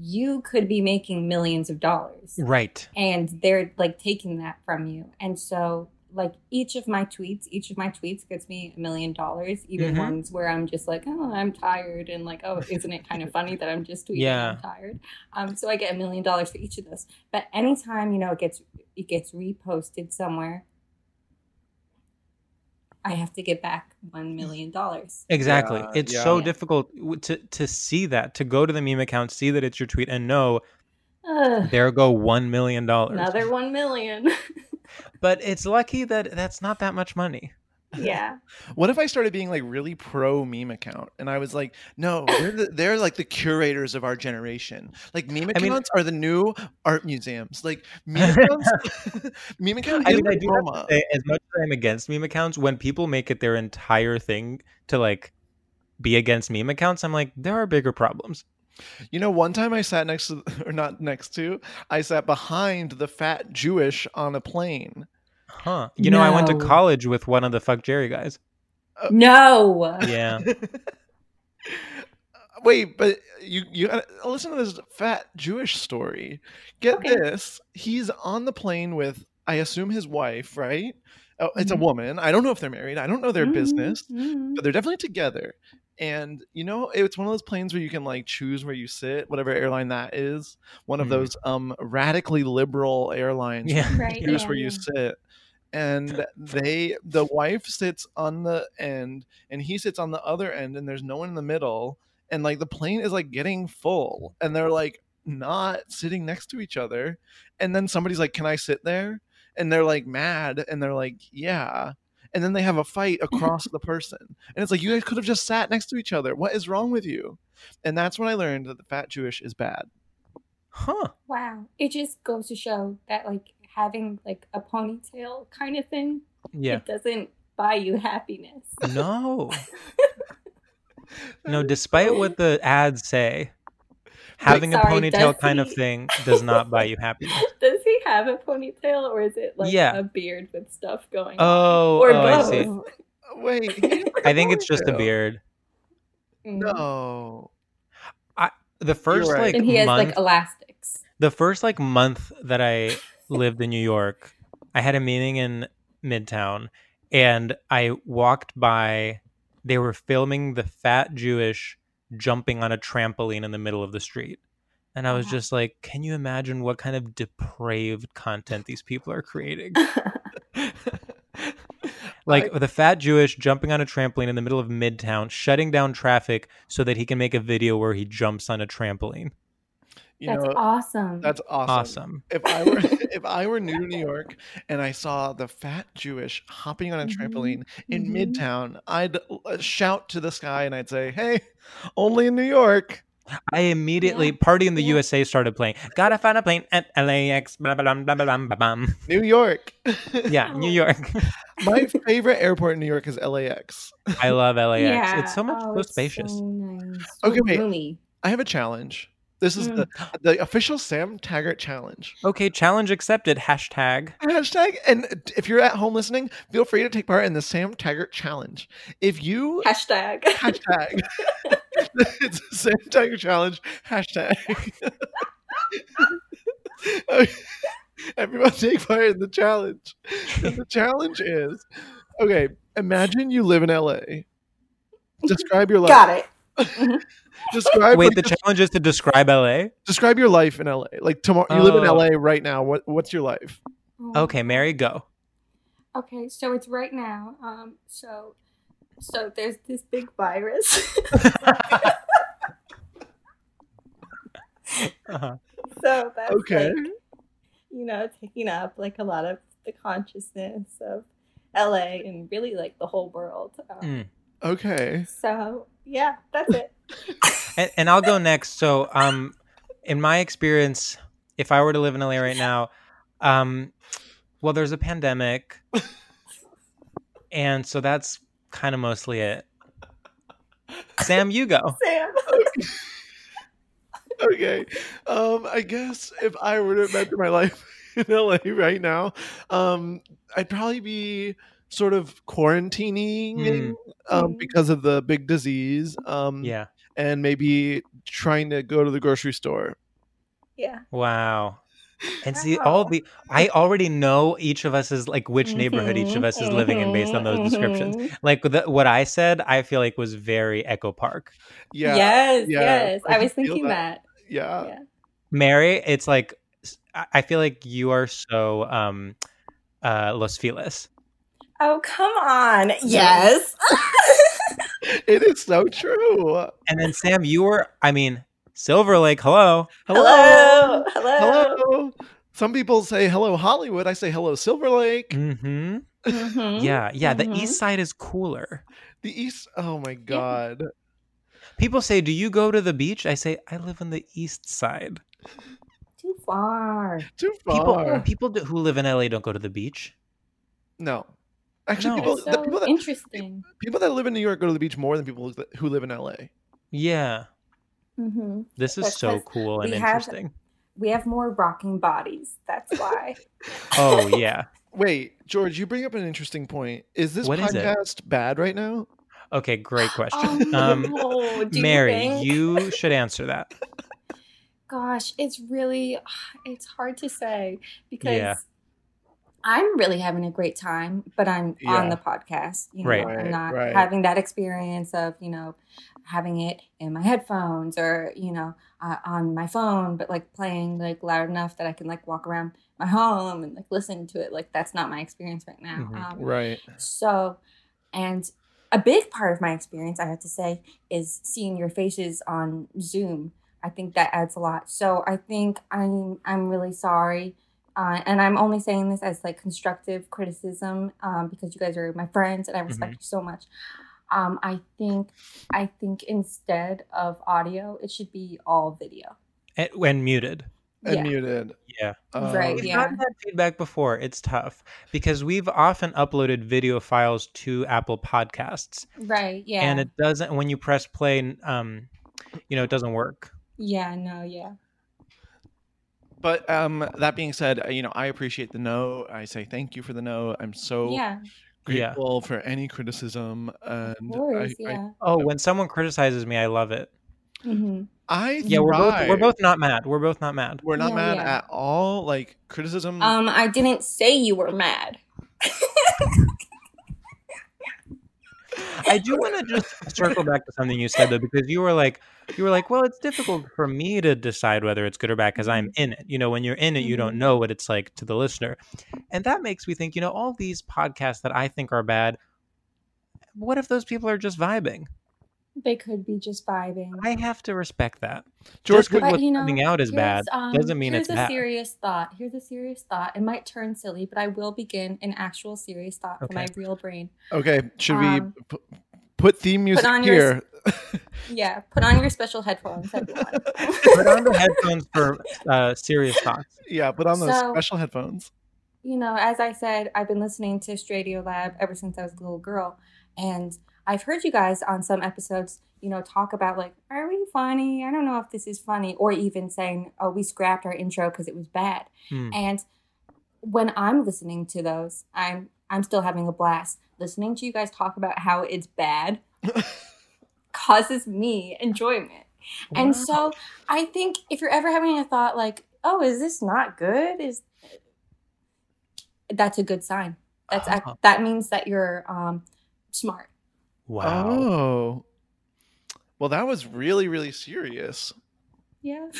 S4: you could be making millions of dollars.
S2: right
S4: and they're like taking that from you. And so, like each of my tweets, each of my tweets gets me a million dollars, even
S2: Mhm.
S4: ones where I'm just like, oh, I'm tired, and like, oh, isn't it kind of funny that I'm just tweeting?
S2: Yeah.
S4: I'm tired. Um, so I get a million dollars for each of those. But anytime you know it gets it gets reposted somewhere. I have to get back one million dollars.
S2: Exactly.
S3: Yeah,
S2: it's
S3: yeah.
S2: so
S4: Yeah.
S2: difficult w- to to see that, to go to the meme account, see that it's your tweet, and know
S4: Ugh,
S2: there go one million dollars.
S4: another one million.
S2: But it's lucky that that's not that much money.
S4: yeah.
S3: What if I started being like really pro meme account and I was like, no, they're, the, they're like the curators of our generation. Like meme
S2: I
S3: accounts
S2: mean-
S3: are the new art museums. Like meme accounts, meme account
S2: I
S3: is
S2: mean, I
S3: like
S2: do have to
S3: MoMA.
S2: say, as much as I'm against meme accounts, when people make it their entire thing to like be against meme accounts, I'm like, there are bigger problems.
S3: You know, one time I sat next to, or not next to, I sat behind the fat Jewish on a plane.
S2: Huh. You know, I went to
S5: No.
S2: college with one of the fuck Jerry guys.
S4: No.
S2: Yeah.
S3: Wait, but you you gotta- listen to this fat Jewish story. Get
S4: Okay.
S3: this: he's on the plane with, I assume, his wife. Right? Oh, it's
S4: Mhm.
S3: a woman. I don't know if they're married. I don't know their
S4: Mhm,
S3: business,
S4: mhm.
S3: but they're definitely together. And you know, it's one of those planes where you can like choose where you sit, whatever airline that is. One of
S2: Mhm.
S3: those um radically liberal airlines
S2: Yeah.
S4: Right.
S3: choose
S4: yeah,
S3: where you
S4: yeah.
S3: sit. And they, the wife sits on the end, and he sits on the other end, and there's no one in the middle. And like the plane is like getting full, and they're like not sitting next to each other. And then somebody's like, "Can I sit there?" And they're like mad, and they're like, "Yeah." And then they have a fight across the person, and it's like you guys could have just sat next to each other. What is wrong with you? And that's when I learned that the fat Jewish is bad.
S2: Huh.
S4: Wow. It just goes to show that like having like a ponytail kind of thing,
S2: Yeah.
S4: it doesn't buy you happiness.
S2: No. No, despite what the ads say, having a
S4: sorry,
S2: ponytail
S4: does
S2: kind of
S4: he-
S2: thing does not buy you happiness.
S4: Does he have a ponytail or is it like
S2: Yeah.
S4: a beard with stuff going on?
S2: Oh,
S4: Or
S2: oh, I see.
S4: both.
S3: Wait, he didn't
S2: I think it's just a
S3: ponytail.
S2: beard.
S4: Mm.
S3: No.
S2: The 1st
S3: right.
S2: like
S4: and he has
S2: month,
S4: like elastics.
S2: the first like month that I lived in New York, I had a meeting in Midtown, and I walked by. They were filming the fat Jewish jumping on a trampoline in the middle of the street. And I was
S4: Wow.
S2: just like, can you imagine what kind of depraved content these people are creating? Like the fat Jewish jumping on a trampoline in the middle of Midtown, shutting down traffic so that he can make a video where he jumps on a trampoline.
S3: you
S4: That's
S3: know
S4: awesome.
S3: that's
S2: Awesome.
S3: awesome. If I were if I were new to New York and I saw the fat Jewish hopping on a
S4: Mhm,
S3: trampoline in
S4: mhm.
S3: Midtown, I'd uh, shout to the sky and I'd say, "Hey, only in New York."
S2: I immediately
S4: Yeah,
S2: Party in the
S4: yeah.
S2: USA started playing. Gotta find a plane at LAX. Blah blah blah blah blah blah. blah.
S3: New York.
S2: Yeah, New York.
S3: My favorite airport in New York is LAX.
S2: I love LAX.
S4: Oh. Yeah.
S2: It's so much
S4: Oh,
S2: so
S4: it's
S2: spacious.
S4: So nice. Mm.
S3: Okay,
S4: So
S3: wait.
S4: roomy.
S3: I have a challenge. This is the, the official Sam Taggart challenge.
S2: Okay, challenge accepted. Hashtag.
S3: Hashtag, and if you're at home listening, feel free to take part in the Sam Taggart challenge. If you
S4: Hashtag.
S3: hashtag. it's the same tiger challenge. Hashtag. Okay, Everyone take part in the challenge. And the challenge is okay, imagine you live in LA. Describe your life.
S4: Got it. Mm-hmm.
S3: Describe
S2: Wait,
S3: like,
S2: the
S3: des-
S2: challenge is to describe LA.
S3: describe your life in LA. Like tomorrow you live in
S2: Oh.
S3: LA right now. What what's your life?
S4: Oh.
S2: Okay, Mary, go.
S4: Okay, so it's right now. Um, so, so there's this big virus.
S2: Uh-huh.
S4: so that's
S3: Okay.
S4: like, you know, taking up like a lot of the consciousness of LA and really like the whole world.
S3: Mm.
S4: Um,
S3: Okay.
S4: So yeah, that's it.
S2: And, and I'll go next. So, um, in my experience, if I were to live in LA right now, um, well, there's a pandemic, and so that's kind of mostly it. Sam, you
S3: Oh.
S2: go.
S4: Sam.
S3: okay. Um, I guess if I were to imagine my life in LA right now, um, I'd probably be sort of quarantining
S2: Mm.
S3: um,
S4: Mm.
S3: because of the big disease. Um,
S2: Hmm, Yeah.
S3: And maybe trying to go to the grocery store.
S4: Yeah.
S2: Wow. And see all
S4: Wow. Mm-hmm.
S2: the I already know each of us is like which neighborhood each of us is living in based on those
S4: Mhm,
S2: descriptions.
S4: mhm.
S2: Like the, what I said, I feel like was very Echo Park.
S3: Yeah.
S4: Yes.
S3: yeah,
S4: yes.
S3: I
S4: I,
S3: can
S4: was
S3: feel
S4: thinking that.
S3: Yeah.
S4: Yeah.
S2: Mary, it's like s- I- I feel like you are so um, uh, Los Feliz.
S4: Oh, come on. Yes.
S3: It is so true.
S2: And then Sam, you were, I mean, Silver Lake. Hello.
S4: Hello. Hello.
S3: Hello. Some people say hello Hollywood. I say hello Silver Lake.
S2: Mm-hmm.
S4: Mhm.
S2: Yeah, yeah. The
S4: mhm.
S2: East Side is cooler.
S3: The East. Oh my God.
S2: People say, "Do you go to the beach?" I say, "I live on the East Side."
S4: Too far.
S3: Too
S2: People,
S3: far.
S2: people do, who live in LA don't go to the beach.
S3: no.
S2: No.
S3: Actually, people,
S4: That's
S3: the
S4: so
S3: people, that,
S4: interesting.
S3: people that live in New York go to the beach more than people that- who live in LA.
S2: Yeah,
S4: hmm
S2: this is
S4: That's
S2: so
S4: 'cause
S2: cool and
S4: we have-
S2: interesting.
S4: We have more rocking bodies. That's why.
S2: Oh yeah.
S3: Wait, George, you bring up an interesting point. Is this
S2: What is it?
S3: podcast bad right now?
S2: Okay, great question.
S4: oh,
S2: um,
S4: no. Do
S2: Mary,
S4: you, think?
S2: you should answer that.
S4: Gosh, it's really, it's hard to say because
S2: Yeah.
S4: I'm really having a great time, but I'm
S3: Yeah.
S4: on the podcast. You know,
S2: Right.
S3: Right,
S4: I'm not
S3: right.
S4: having that experience of, you know, having it in my headphones or, you know, uh, on my phone, but like playing like loud enough that I can like walk around my home and like listen to it. Like that's not my experience right now.
S2: Mhm.
S4: Um,
S3: Right.
S4: So, and a big part of my experience, I have to say, is seeing your faces on Zoom. I think that adds a lot. So I think I'm I'm really sorry, uh, and I'm only saying this as like constructive criticism um, because you guys are my friends and I respect
S3: Mm-hmm.
S4: you so much. Um, I think I think instead of audio, it should be all video.
S2: And, when muted.
S3: And
S4: yeah.
S3: muted.
S2: Yeah.
S3: Um,
S4: Right,
S2: We've
S4: yeah.
S2: gotten that feedback before. It's tough because we've often uploaded video files to Apple Podcasts,
S4: Right. Yeah.
S2: and it doesn't. When you press play, um, you know, it doesn't work.
S4: yeah. No. Yeah.
S3: But um, that being said, uh, you know, I appreciate the no. I say thank you for the no. I'm so
S4: yeah.
S2: Yeah.
S3: grateful for any criticism, and
S4: Of
S3: I,
S4: course.
S3: I,
S4: yeah.
S2: Oh, when someone criticizes me, I love it.
S4: hmm
S3: I
S2: Yeah, we're both, we're
S3: thrive.
S2: both not mad. We're both not mad.
S3: We're not
S4: Yeah,
S3: mad
S4: yeah.
S3: at all. Like criticism.
S4: Um, I didn't say you were mad.
S2: I do want to just circle back to something you said though, because you were like, you were like, well, it's difficult for me to decide whether it's good or bad because I'm in it. You know, when you're in it, you don't know what it's like to the listener, and that makes me think. You know, all these podcasts that I think are bad. What if those people are just vibing?
S4: They could be just vibing.
S2: I have to respect that.
S3: George,
S2: Just 'cause
S4: But,
S2: what's
S4: you know,
S2: coming out is bad
S4: Here's, um,
S2: doesn't mean
S4: here's
S2: it's
S4: a
S2: bad.
S4: serious thought. Here's a serious thought. It might turn silly, but I will begin an actual serious thought
S2: Okay.
S4: from my real brain.
S3: okay, should
S4: um,
S3: we p- put theme music
S4: on your
S3: here?
S4: Yeah, put on your special headphones, everyone.
S2: Put on the headphones for uh, serious thoughts.
S3: yeah, put on those
S4: So-
S3: special headphones.
S4: you know, as I said, I've been listening to Stradio Lab ever since I was a little girl, and I've heard you guys on some episodes, you know, talk about like, are we funny? I don't know if this is funny, or even saying, oh, we scrapped our intro because it was bad.
S2: Hmm.
S4: And when I'm listening to those, I'm I'm still having a blast listening to you guys talk about how it's bad causes me enjoyment. And so I think if you're ever having a thought like, "Oh, is this not good?" is that's a good sign. That's ac-
S2: Oh.
S4: that means that you're um smart.
S2: Wow.
S3: Oh. Well, that was really, really serious.
S4: Yeah.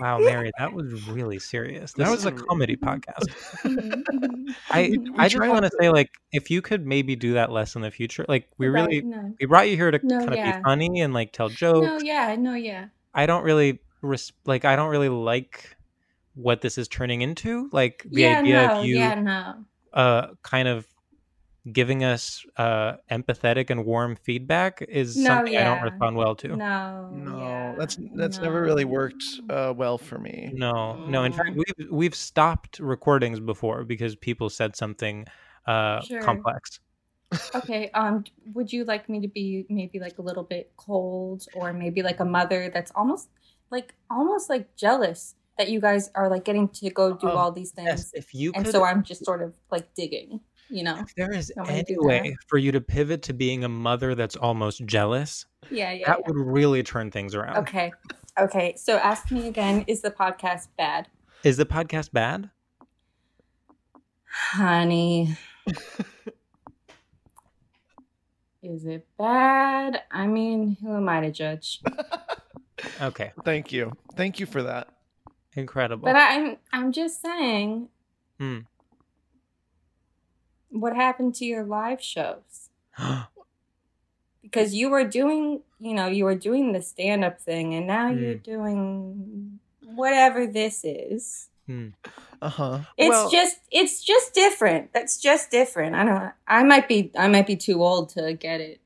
S2: Wow, Mary, that was really serious. This
S3: That
S2: was
S3: was
S2: a Mm-hmm.
S3: r-
S2: comedy podcast.
S4: Mhm, mhm.
S2: I
S4: Mhm.
S2: I just
S3: try
S2: want to
S3: not
S2: say like if you could maybe do that less in the future. Like we
S4: Right,
S2: really
S4: no.
S2: we brought you here to
S4: No,
S2: kind of
S4: yeah.
S2: be funny and like tell jokes.
S4: No, yeah, no, yeah.
S2: I don't really res- like I don't really like what this is turning into. Like the
S4: yeah,
S2: idea
S4: no,
S2: of you
S4: yeah, no.
S2: uh kind of giving us uh empathetic and warm feedback is
S4: No,
S2: something I
S4: yeah.
S2: don't respond well to. Oh,
S4: No.
S3: No,
S4: yeah,
S3: that's that's never really
S4: no.
S3: worked uh, well for me.
S2: No, no. In fact,
S4: Mm.
S2: we've we've stopped recordings before because people said something uh,
S4: Sure.
S2: complex.
S4: Okay. Um, would you like me to be maybe like a little bit cold, or maybe like a mother that's almost like almost like jealous that you guys are like getting to go do
S2: Oh,
S4: all these things,
S2: Yes, if you
S4: and
S2: could,
S4: so I'm just sort of like digging, you know?
S2: if there is
S4: I'm gonna
S2: any
S4: do
S2: way for you to pivot to being a mother that's almost jealous,
S4: Yeah, yeah.
S2: that
S4: yeah.
S2: would really turn things around.
S4: Okay. Okay. So ask me again. Is the podcast bad,
S2: Is the podcast bad?
S4: honey? Is it bad? I mean, who am I to judge?
S2: Okay,
S3: Thank you, thank you for that.
S2: Incredible.
S4: But I'm I'm just saying.
S2: Hmm.
S4: What happened to your live shows? Because you were doing, you know, you were doing the stand up thing, and now you're doing whatever this is.
S3: Uh huh.
S4: It's
S3: well,
S4: just it's just different. That's just different. I don't. I might be I might be too old to get it.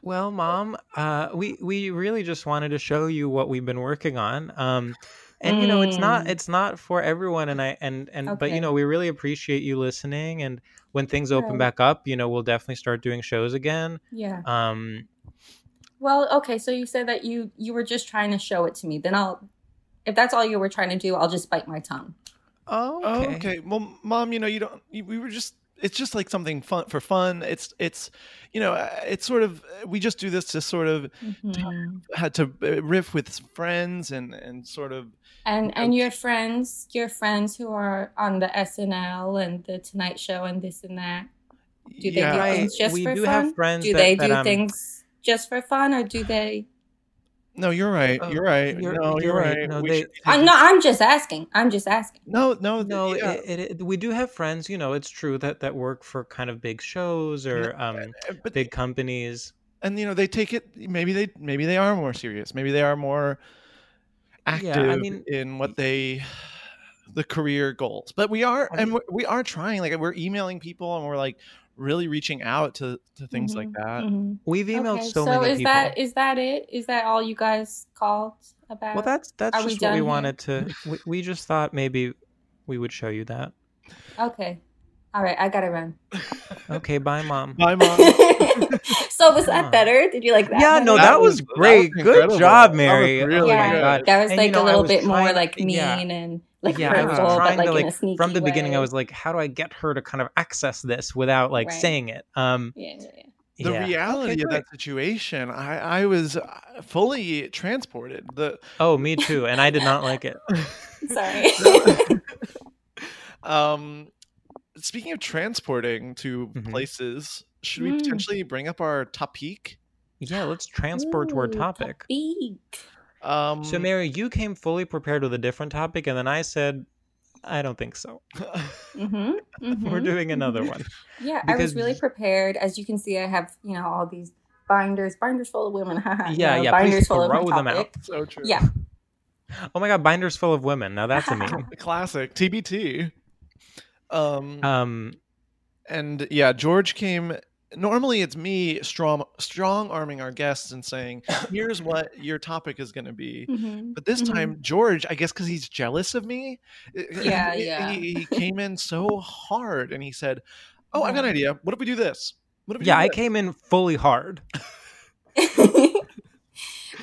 S2: Well, mom, uh, we we really just wanted to show you what we've been working on. Um, and you know, it's not
S4: Mm.
S2: it's not for everyone, and I and and but you
S4: Okay.
S2: know, we really appreciate you listening. And when things open
S4: Right.
S2: back up, you know, we'll definitely start doing shows again.
S4: Yeah.
S2: Um,
S4: Well, okay. So you said that you you were just trying to show it to me. Then I'll. If that's all you were trying to do, I'll just bite my tongue.
S3: Oh,
S2: oh,
S3: okay. Well, mom, you know, you don't. You, we were just. It's just like something fun for fun. It's it's, you know, uh, it's sort of we just do this to sort of
S4: Mm-hmm.
S3: had to uh, riff with friends and and sort of
S4: And and your friends, your friends who are on the SNL and the Tonight Show and this and that. Do they
S3: yeah.
S4: do
S2: Right.
S4: things just
S2: We
S4: for
S2: do
S4: fun?
S2: have friends
S4: do
S2: that-
S4: they
S2: that,
S4: do
S2: um,
S4: things just for fun, or do they?
S3: no, you're right.
S2: Oh,
S3: You're right.
S2: you're-
S3: no,
S2: you're
S3: you're
S2: right.
S3: right.
S2: No,
S3: We
S2: they-
S3: should take
S4: Uh,
S3: it-
S4: no, I'm just asking. I'm just asking.
S3: no, no, th-
S2: no,
S4: uh
S3: yeah.
S2: it, it, it- we do have friends. You know, it's true that that work for kind of big shows or um,
S3: Uh, but
S2: big companies.
S3: and you know they take it. Maybe they maybe they are more serious. Maybe they are more
S2: I
S3: active
S2: mean-
S3: in what they the career goals. But we are
S2: I
S3: and we're, we are trying. Like we're emailing people and we're like really reaching out to to things like
S2: Mm-hmm,
S4: Mhm,
S3: that.
S4: mhm.
S2: We've emailed
S4: okay,
S2: Uh, so,
S4: so
S2: many
S4: is
S2: people.
S4: that is that it? Is that all you guys called about?
S2: well, that's that's
S4: Are we
S2: just what we
S4: done here?
S2: wanted to. We, we just thought maybe we would show you that.
S4: okay. All right, I gotta run.
S2: Okay, bye, mom.
S3: My mom.
S4: so was
S2: Huh.
S4: that better? Did you like that?
S2: Yeah,
S4: better?
S2: no, that,
S3: That
S2: was
S3: was- that was
S2: great. Good
S3: incredible.
S2: job,
S3: That was
S2: Mary.
S3: really
S2: oh my
S4: good.
S2: god.
S4: That was
S2: And,
S4: like
S2: you know,
S4: a
S2: I
S4: little
S2: was
S4: bit more
S2: trying-
S4: like mean
S2: yeah.
S4: and like
S2: yeah, I was
S4: hurtful, but
S2: trying
S4: like,
S2: to
S4: in a
S2: like
S4: sneaky
S2: from the beginning. I
S4: way.
S2: was like, how do I get her to kind of access this without like
S4: Right.
S2: saying it? Um,
S4: yeah, yeah, yeah.
S3: the
S2: yeah.
S3: reality
S2: Okay,
S3: of that situation i i was uh, fully transported the
S2: Oh, me too. And I did not like it.
S4: Sorry.
S3: um speaking of transporting to
S2: Mhm.
S3: places should we
S4: Mm.
S3: potentially bring up our topic
S2: Yeah, let's transport to our
S4: Ooh,
S2: topic.
S4: topic.
S3: um
S2: So, Mary, you came fully prepared with a different topic, and then I said, I don't think so.
S4: Mhm,
S2: We're
S3: Mm-hmm.
S4: mhm,
S2: doing another
S4: mhm.
S2: one.
S4: Yeah, I
S2: Because-
S4: was really prepared. As you can see, I have you know all these binders, binders full of women. haha, you
S2: Yeah,
S4: know,
S2: yeah, please
S4: Binders full of my
S2: throw them out.
S4: topic.
S3: so true
S4: Yeah,
S2: Oh my God, binders full of women. Now that's a meme.
S3: The classic tbt um
S2: Um,
S3: and yeah george came normally it's me strong strong arming our guests and saying here's what your topic is going to be
S4: Mhm.
S3: But this
S4: Mhm.
S2: Mm-hmm.
S3: time, George, I guess because he's jealous of me, i-
S4: Yeah,
S3: he,
S4: yeah.
S3: He, he came in so hard and he said, Oh, I've got an
S4: Yeah.
S3: idea. What if we do this? What if we
S2: yeah,
S3: do
S2: I
S3: this?"
S2: came in fully hard.
S4: mm-hmm.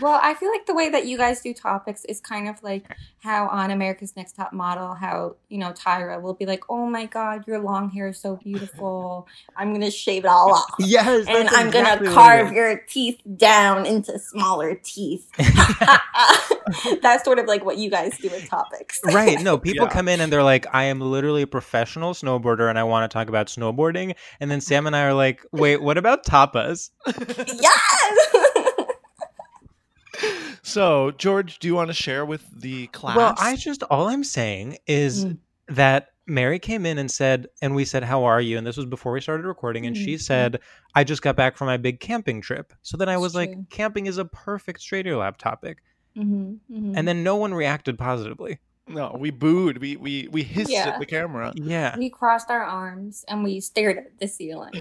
S4: well, I feel like the way that you guys do topics is kind of like how on America's Next Top Model, how, you know, Tyra will be like, oh my God, your long hair is so beautiful. I'm going to shave it all off.
S2: Yes,
S4: and I'm going to carve your teeth down into smaller teeth. That's sort of like what you guys do with topics.
S2: right. No, people
S3: Yeah.
S2: come in and they're like, "I am literally a professional snowboarder, and I want to talk about snowboarding." And then Sam and I are like, "Wait, what about tapas?"
S4: yes!
S3: So, George, do you want to share with the class?
S2: Well, I just all I'm saying is
S4: Mm.
S2: that Mary came in and said, and we said, "How are you?" And this was before we started recording, and she
S4: Mhm.
S2: said, "I just got back from my big camping trip." So then I
S4: It's
S2: was
S4: true.
S2: like, "Camping is a perfect Stradio Lab topic,"
S4: Mhm, mhm.
S2: and then no one reacted positively.
S3: no, we booed. We we we hissed
S4: Yeah.
S3: at the camera.
S2: Yeah.
S4: we crossed our arms and we stared at the ceiling.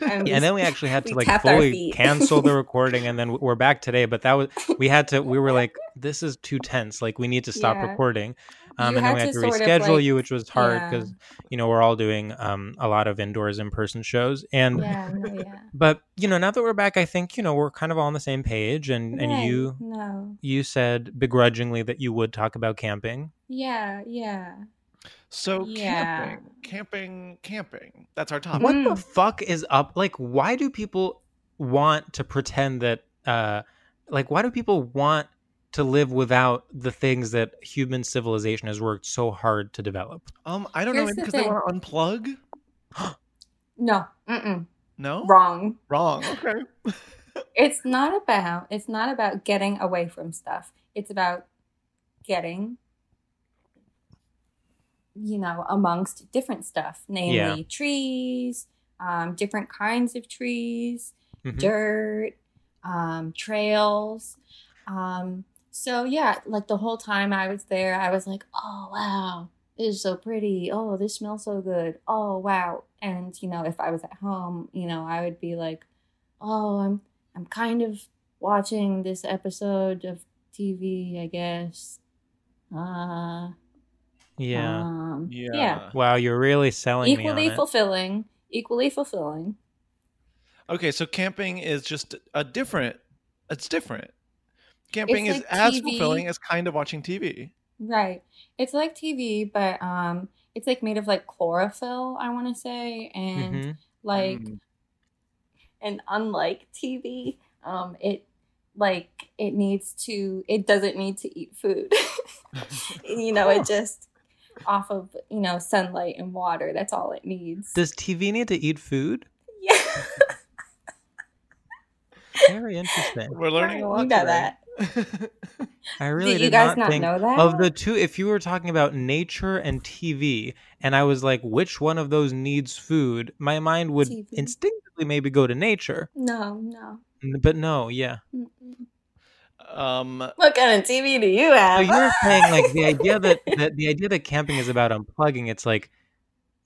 S4: And,
S2: and then we actually had to
S4: we
S2: like
S4: tapped our
S2: fully
S4: feet.
S2: cancel the recording and then w- we're back today but that was we had to we were like this is too tense like we need to stop
S4: Yeah.
S2: recording um and
S4: You
S2: then
S4: had
S2: we had to,
S4: to sort of,
S2: reschedule
S4: like-
S2: you which was hard
S4: yeah.
S2: because you know we're all doing um a lot of indoors in person shows and
S4: yeah, no, yeah.
S2: but you know now that we're back i think you know we're kind of all on the same page and and
S4: Right,
S2: you
S4: no
S2: you said begrudgingly that you would talk about camping
S4: yeah yeah
S3: So
S4: Yeah.
S3: camping, camping, camping. That's our topic.
S2: Uh, what the
S4: Mm.
S2: fuck is up like why do people want to pretend that uh like why do people want to live without the things that human civilization has worked so hard to develop
S3: Um, I don't know.
S4: Here's
S3: Maybe
S4: the
S3: because they
S4: thing.
S3: want to unplug.
S4: no mm-mm,
S3: No,
S4: wrong
S3: wrong. Okay.
S4: it's not about it's not about getting away from stuff it's about getting you know amongst different stuff namely
S2: Yeah.
S4: trees um, different kinds of trees
S2: Mhm.
S4: dirt um, trails um, so yeah like the whole time i was there i was like oh wow this is so pretty oh this smells so good oh wow and you know if i was at home you know i would be like oh i'm i'm kind of watching this episode of tv i guess uh
S2: Yeah.
S4: um, yeah.
S2: wow, you're really selling me
S4: Equally
S2: on it.
S4: fulfilling. Equally fulfilling.
S3: Okay, so camping is just a different. It's different. Camping
S4: It's
S3: is
S4: like
S3: as
S4: TV.
S3: fulfilling as kind of watching TV.
S4: Right. It's like TV, but um, it's like made of like chlorophyll. I want to say, and
S2: Mhm.
S4: like,
S3: Mm.
S4: and unlike TV, um, it like it needs to. It doesn't need to eat food. you know, it just off of you know sunlight and water. That's all it needs.
S2: Does TV need to eat food?
S4: yeah,
S2: Very interesting.
S3: We're learning a lot.
S4: you know
S3: today.
S4: that.
S2: I really
S4: Did
S2: did,
S4: you guys
S2: not,
S4: not
S2: think
S4: know that?
S2: of the two. If you were talking about nature and TV, and I was like, which one of those needs food? My mind would
S4: TV.
S2: instinctively maybe go to nature,
S4: No, no.
S2: N- but no, yeah.
S4: Mm-mm.
S3: Um,
S4: What kind of TV do you have?
S2: So you're saying like the idea that, that the idea that camping is about unplugging. It's like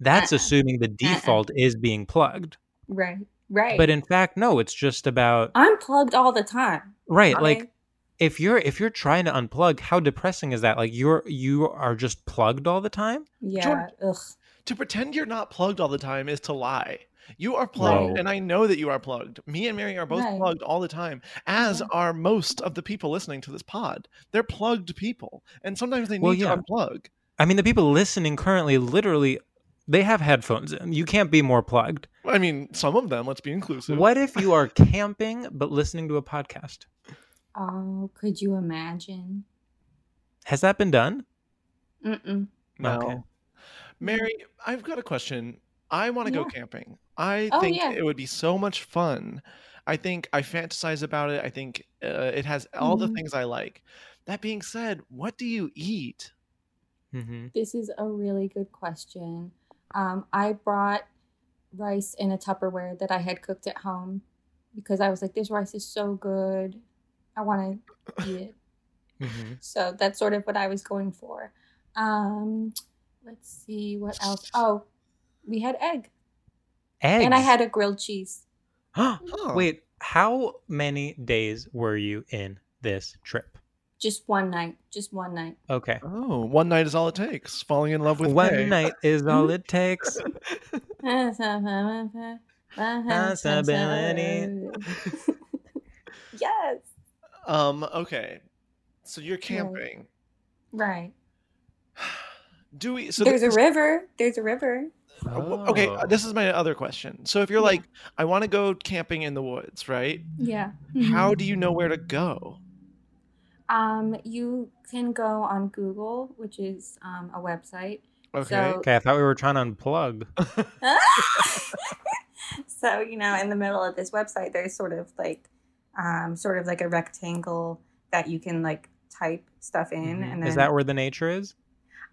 S2: that's
S4: Uh-uh.
S2: assuming the default is being plugged,
S4: right, right.
S2: but in fact, no. It's just about
S4: I'm plugged all the time.
S2: right,
S4: I-
S2: like. If you're if you're trying to unplug, how depressing is that? Like you're you are just plugged all the time.
S4: yeah,
S3: Jordan-
S4: ugh.
S3: to pretend you're not plugged all the time is to lie. You are plugged,
S6: Right.
S3: and I know that you are plugged. Me and Mary are both
S4: Right.
S3: plugged all the time, as
S4: Yeah.
S3: are most of the people listening to this pod. They're plugged people, and sometimes they need
S2: Well, yeah.
S3: to unplug.
S2: I mean, the people listening currently, literally, they have headphones in. You can't be more plugged.
S3: I mean, some of them. Let's be inclusive.
S2: What if you are camping but listening to a podcast?
S4: Oh, could you imagine?
S2: Has that been done?
S4: Mm-mm.
S3: No.
S2: Okay.
S3: Mary, I've got a question. I want to go
S4: Yeah.
S3: camping. I
S4: Oh,
S3: think
S4: yeah.
S3: it would be so much fun. I think I fantasize about it. I think uh, it has all the
S4: Mhm.
S3: things I like. That being said, what do you eat?
S2: Mm-hmm.
S4: This is a really good question. Um, I brought rice in a Tupperware that I had cooked at home because I was like, this rice is so good. I want to eat it.
S2: Mm-hmm.
S4: So that's sort of what I was going for. Um, let's see what else. Oh, we had egg.
S2: Eggs.
S4: And I had a grilled cheese.
S3: Huh.
S2: Wait, how many days were you in this trip?
S4: Just one night. Just one night.
S2: Okay.
S3: Oh, one night is all it takes. Falling in love with
S2: One
S3: May.
S2: night is all it takes. Possibility.
S4: yes.
S3: Um, okay. So you're camping.
S4: Right.
S3: Do we? So
S4: there's
S3: this
S4: a river. There's a river.
S3: Uh, wh- Okay, uh,
S2: Oh.
S3: this is my other question. So if you're
S4: Yeah.
S3: like, I want to go camping in the woods, right?
S4: Yeah.
S3: How do you
S4: Mm-hmm.
S3: know where to go?
S4: Um, you can go on Google, which is um, a website.
S3: Okay.
S4: So,
S2: Okay, I thought we were trying to unplug.
S4: so you know, in the middle of this website, there's sort of like, um, sort of like a rectangle that you can like type stuff in,
S3: Mm-hmm.
S2: Mhm.
S4: and then
S2: Is that where the nature is?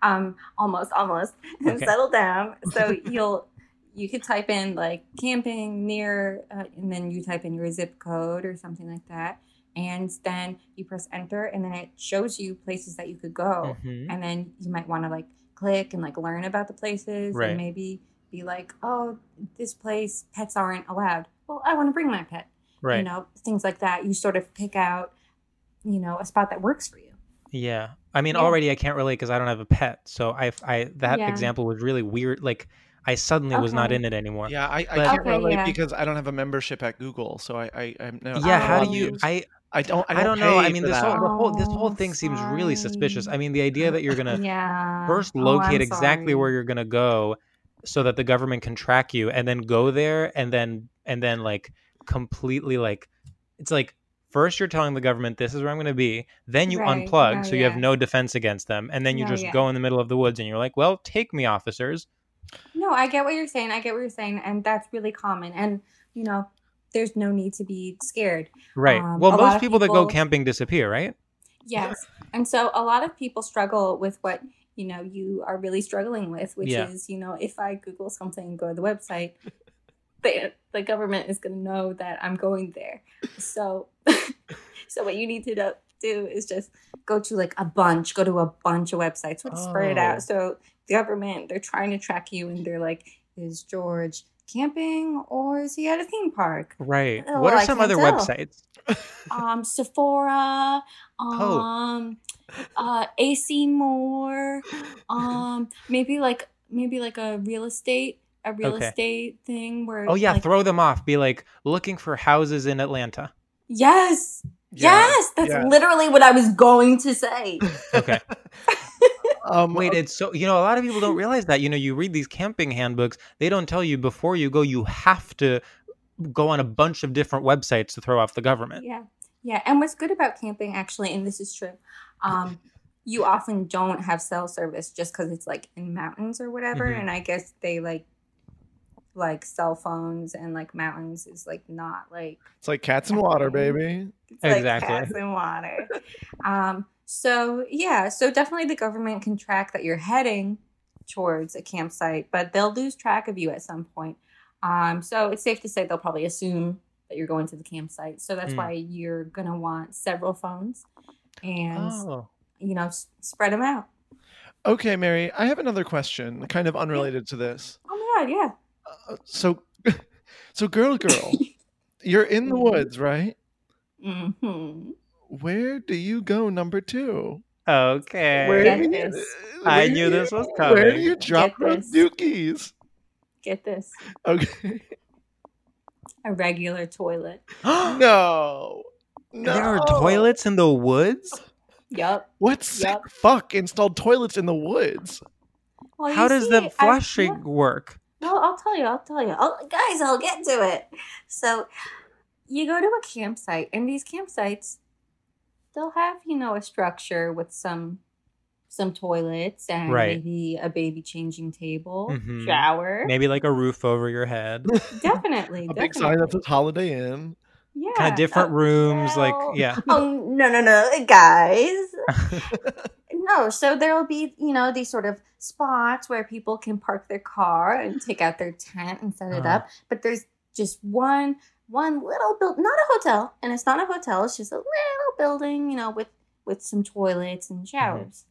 S4: um almost almost
S2: Okay.
S4: settle down so you'll you could type in like camping near uh, and then you type in your zip code or something like that and then you press enter and then it shows you places that you could go
S3: Mm-hmm.
S2: Mhm.
S4: and then you might want to like click and like learn about the places
S2: Right.
S4: and maybe be like oh this place pets aren't allowed well i want to bring my pet
S2: Right.
S4: you know things like that you sort of pick out you know a spot that works for you
S2: Yeah. I mean,
S4: Yeah.
S2: already I can't relate because I don't have a pet. So I, I that
S4: Yeah.
S2: example was really weird. Like, I suddenly was not
S4: Okay.
S2: in it anymore.
S3: Yeah, I, I
S2: But-
S3: can't
S4: Okay,
S3: relate
S4: yeah.
S3: because I don't have a membership at Google, so I, I I'm no.
S2: Yeah, how
S4: Oh.
S2: do you? I
S3: I don't. I
S2: I
S3: don't,
S2: don't know. I
S3: pay
S2: mean,
S3: for
S2: this
S3: that.
S2: whole, the whole this whole
S4: Oh,
S2: thing seems really suspicious.
S4: sorry.
S2: I mean, the idea that you're gonna
S4: yeah
S2: first
S4: Oh, I'm
S2: locate exactly
S4: sorry.
S2: where you're gonna go, so that the government can track you, and then go there, and then and then like completely like, it's like first you're telling the government this is where I'm gonna be, then you
S4: Right.
S2: unplug,
S4: Oh,
S2: so you have
S4: yeah.
S2: no defense against them, and then you
S4: No,
S2: just
S4: yeah.
S2: go in the middle of the woods, and you're like, well, take me, officers.
S4: No, I get what you're saying. I get what you're saying, and that's really common. And you know, there's no need to be scared.
S2: Right.
S4: Um,
S2: well,
S4: a lot
S2: most
S4: of
S2: people, that go
S4: people-
S2: camping disappear, right?
S4: Yes. And so a lot of people struggle with what, you know, you are really struggling with, which
S2: Yeah.
S4: is, you know, if I Google something and go to the website, the, the government is going to know that I'm going there. So, so what you need to do, do is just go to like a bunch, go to a bunch of websites, sort of spread it
S3: Oh.
S4: out. So the government, they're trying to track you and they're like, is George camping or is he at a theme park?
S2: Right.
S4: Oh,
S2: what are
S4: I
S2: some
S4: can't
S2: other
S4: tell.
S2: websites?
S4: um Sephora,
S2: Oh.
S4: um uh AC Moore, um maybe like maybe like a real estate a real
S2: Okay.
S4: estate thing where
S2: Oh yeah,
S4: like-
S2: throw them off. Be like looking for houses in Atlanta.
S4: Yes. Yes, that's
S3: yeah.
S4: literally what I was going to say.
S2: Okay.
S3: Um,
S2: Wait, it's so you know a lot of people don't realize that. You know, you read these camping handbooks, they don't tell you before you go you have to go on a bunch of different websites to throw off the government.
S4: Yeah. Yeah. And what's good about camping, actually, and this is true, um, you often don't have cell service just because it's like in mountains or whatever.
S2: Mhm.
S4: And I guess they like, like cell phones and like mountains is like not like,
S3: It's like cats and water, baby.
S4: it's like
S2: Exactly.
S4: cats and water. um, so, yeah. So definitely the government can track that you're heading towards a campsite, but they'll lose track of you at some point. Um, so it's safe to say they'll probably assume that you're going to the campsite. So that's
S2: Mm.
S4: why you're going to want several phones and,
S2: Oh.
S4: you know, s- spread them out.
S3: Okay, Mary, I have another question, kind of unrelated to this.
S4: Oh my God. Yeah.
S3: Uh, so, so girl, girl, you're in the
S4: Mhm.
S3: woods, right?
S4: Mm-hmm.
S3: Where do you go, number two?
S2: Okay.
S3: Where
S4: Get
S3: do you-
S4: this.
S2: I
S3: where do
S2: knew
S3: you-
S2: this was
S3: Where do
S2: coming.
S3: you drop
S4: Get
S3: those
S4: this.
S3: dookies?
S4: Get this
S3: Okay.
S4: a regular toilet.
S3: no. No.
S2: There are toilets in the woods?
S4: Yep.
S3: What sick
S4: Yup.
S3: fuck installed toilets in the woods?
S4: Well, you
S2: How does
S4: see, I-
S2: the flushing work?
S4: Well, I'll tell you. I'll tell you. I'll, guys, I'll get to it. So, you go to a campsite, and these campsites, they'll have you know a structure with some some toilets and
S2: Right.
S4: maybe a baby changing table,
S2: Mhm.
S4: shower.
S2: Maybe like a roof over your head.
S4: Definitely,
S3: A
S4: definitely.
S3: big sign that says Holiday Inn.
S4: yeah.
S2: Kind of different
S4: Oh,
S2: rooms, like
S4: well.
S2: yeah.
S4: oh no no no guys no so there will be you know these sort of spots where people can park their car and take out their tent and set it
S2: Uh-huh.
S4: up but there's just one one little build not a hotel and it's not a hotel it's just a little building you know with with some toilets and
S2: Mm-hmm.
S4: showers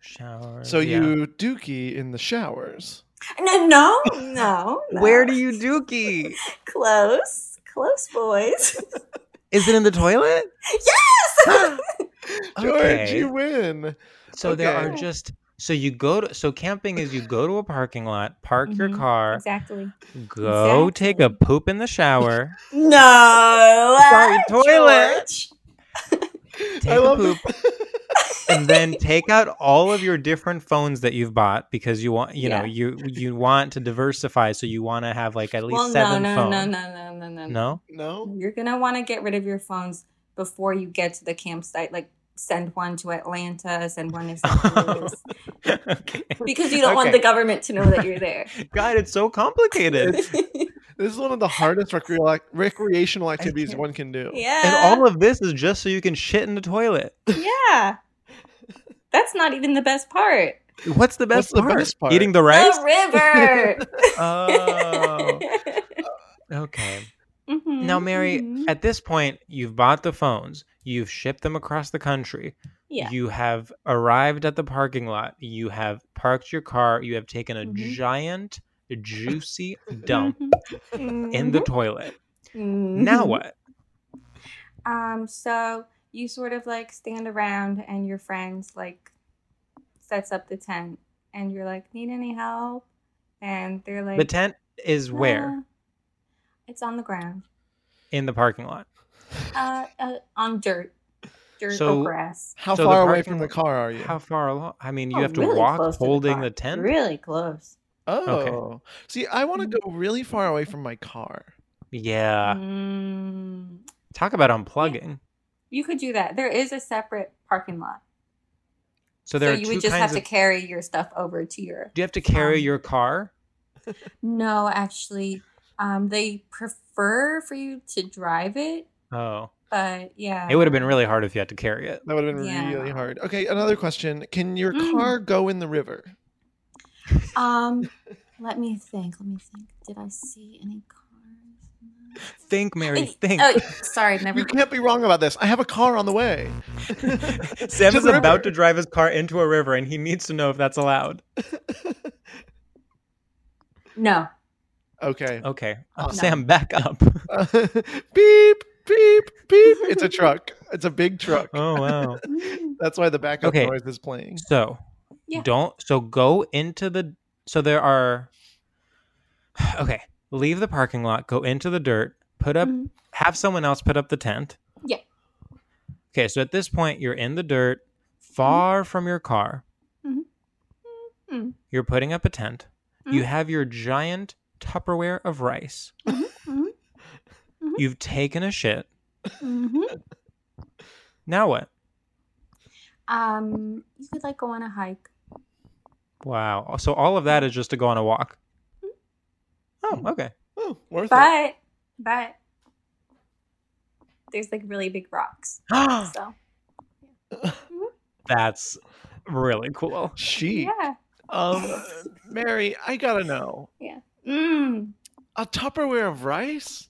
S2: Showers.
S3: So
S2: yeah.
S3: you dookie in the showers.
S4: no no no, no.
S2: Where do you dookie?
S4: close close boys
S2: Is it in the toilet?
S4: yes
S3: George,
S2: Okay.
S3: you win.
S2: So there are
S3: Okay.
S2: just so you go to so camping is you go to a parking lot, park your
S4: Mhm,
S2: car,
S4: exactly
S2: go take a poop in the shower,
S4: no
S2: Sorry, toilet.
S4: George.
S2: take
S3: I
S2: a
S3: love
S2: poop, and then take out all of your different phones that you've bought because you want you know
S4: Yeah.
S2: you you want to diversify, so you want to have like at least
S4: well no
S2: seven
S4: no,
S2: phones.
S4: no no no no no
S2: No?
S3: No.
S4: You're gonna want to get rid of your phones before you get to the campsite. Like send one to Atlanta, send one to St. Louis,
S2: okay.
S4: because you don't want
S3: Okay.
S4: the government to know that you're there.
S2: God, it's so complicated.
S3: This is one of the hardest recre- recreational activities
S2: can't-
S3: one can do.
S4: yeah,
S2: and all of this is just so you can shit in the toilet.
S4: yeah. That's not even the best part.
S2: What's the best,
S3: the
S2: part?
S3: best part?
S2: Eating the rice?
S4: The river.
S2: Oh. Okay.
S4: Mhm,
S2: Now, Mary,
S4: mhm.
S2: at this point, you've bought the phones, you've shipped them across the country,
S4: yeah,
S2: you have arrived at the parking lot, you have parked your car, you have taken a
S4: Mhm.
S2: giant, juicy dump
S4: Mhm,
S2: in the
S4: mhm,
S2: toilet.
S4: mhm.
S2: Now what?
S4: Um, so you sort of like stand around and your friend like sets up the tent and you're like, need any help? And they're like,
S2: The tent is where?
S4: "Nah, It's on the ground,
S2: In the parking lot.
S4: uh, uh on dirt, dirt
S2: So-
S4: or grass.
S3: How
S2: So the
S3: far away
S2: parking
S3: from the
S2: lot-
S3: car are you?
S2: How far along? I mean, you
S4: Oh,
S2: have to
S4: really
S2: walk
S4: close to
S2: holding
S4: car.
S2: the, tent?
S4: Really close.
S3: oh.
S2: Okay.
S3: See, I want to
S2: Mm.
S3: go really far away from my car.
S2: Yeah.
S4: Mm,
S2: Talk about unplugging.
S4: you could do that. There is a separate parking lot,
S2: So there
S4: so
S2: are
S4: you
S2: two
S4: would just
S2: kinds
S4: have
S2: of.
S4: to carry your stuff over to your
S2: Do you have to carry
S4: um,
S2: your car?
S4: No, actually, um, they prefer for you to drive it,
S2: Oh.
S4: But yeah.
S2: It would have been really hard if you had to carry it.
S3: That would have been
S4: Yeah.
S3: really hard. Okay, another question. Can your
S4: Mm.
S3: car go in the river?
S4: Um, let me think. Let me think. Did I see any cars?
S2: Think, Mary,
S4: Wait,
S2: think.
S4: Oh, sorry, never.
S3: You can't be wrong about this. I have a car on the way.
S2: Sam
S3: To
S2: is
S3: the
S2: about to
S3: river.
S2: drive his car into a river and he needs to know if that's allowed.
S4: No.
S3: Okay.
S2: Okay.
S3: Oh,
S2: Sam, back up.
S3: Uh, beep, beep, beep. It's a truck. It's a big truck.
S2: Oh, wow.
S3: That's why the backup
S2: Okay.
S3: noise is playing.
S2: So
S4: Yeah.
S2: don't so go into the so there are okay. Leave the parking lot, go into the dirt, put up
S4: Mhm.
S2: have someone else put up the tent.
S4: Yeah.
S2: Okay, so at this point you're in the dirt, far from your car.
S4: Mhm. Mhm.
S2: You're putting up a tent. You
S4: Mhm.
S2: have your giant Tupperware of rice.
S4: mhm, mhm.
S2: You've taken a shit.
S4: Mhm.
S2: Now what?
S4: Um, you could like go on a hike.
S2: Wow. So all of that is just to go on a walk. Oh, okay.
S3: Oh, worth it.
S4: But but there's like really big rocks.
S3: Oh,
S4: So
S2: That's really cool.
S3: She.
S4: yeah.
S3: Um, Mary, I gotta know.
S4: Mm.
S3: A Tupperware of rice?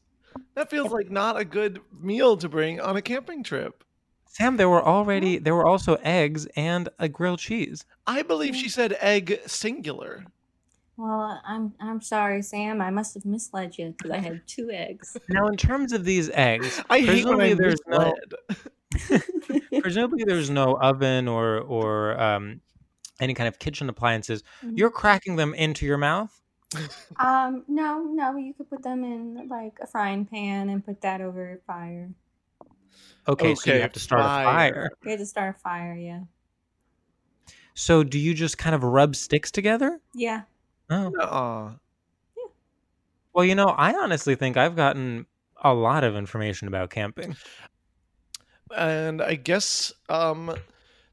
S3: That feels like not a good meal to bring on a camping trip.
S2: Sam, there were already there were also eggs and a grilled cheese.
S3: I believe she said egg singular.
S4: Well, I'm I'm sorry, Sam. I must have misled you because I had two eggs.
S2: Now, in terms of these eggs,
S3: I hate when
S2: Presumably
S3: I'm
S2: there's no-
S3: misled.
S2: presumably there's no oven or or um, any kind of kitchen appliances. You're cracking them into your mouth.
S4: Um, no, no, you could put them in like a frying pan and put that over a fire.
S2: Okay, so you
S3: Okay,
S2: have to start a
S3: fire.
S2: fire.
S4: You had to start a fire, yeah.
S2: So do you just kind of rub sticks together?
S4: Yeah.
S2: Oh,
S3: Nuh-uh.
S2: well, you know, I honestly think I've gotten a lot of information about camping.
S3: and I guess um,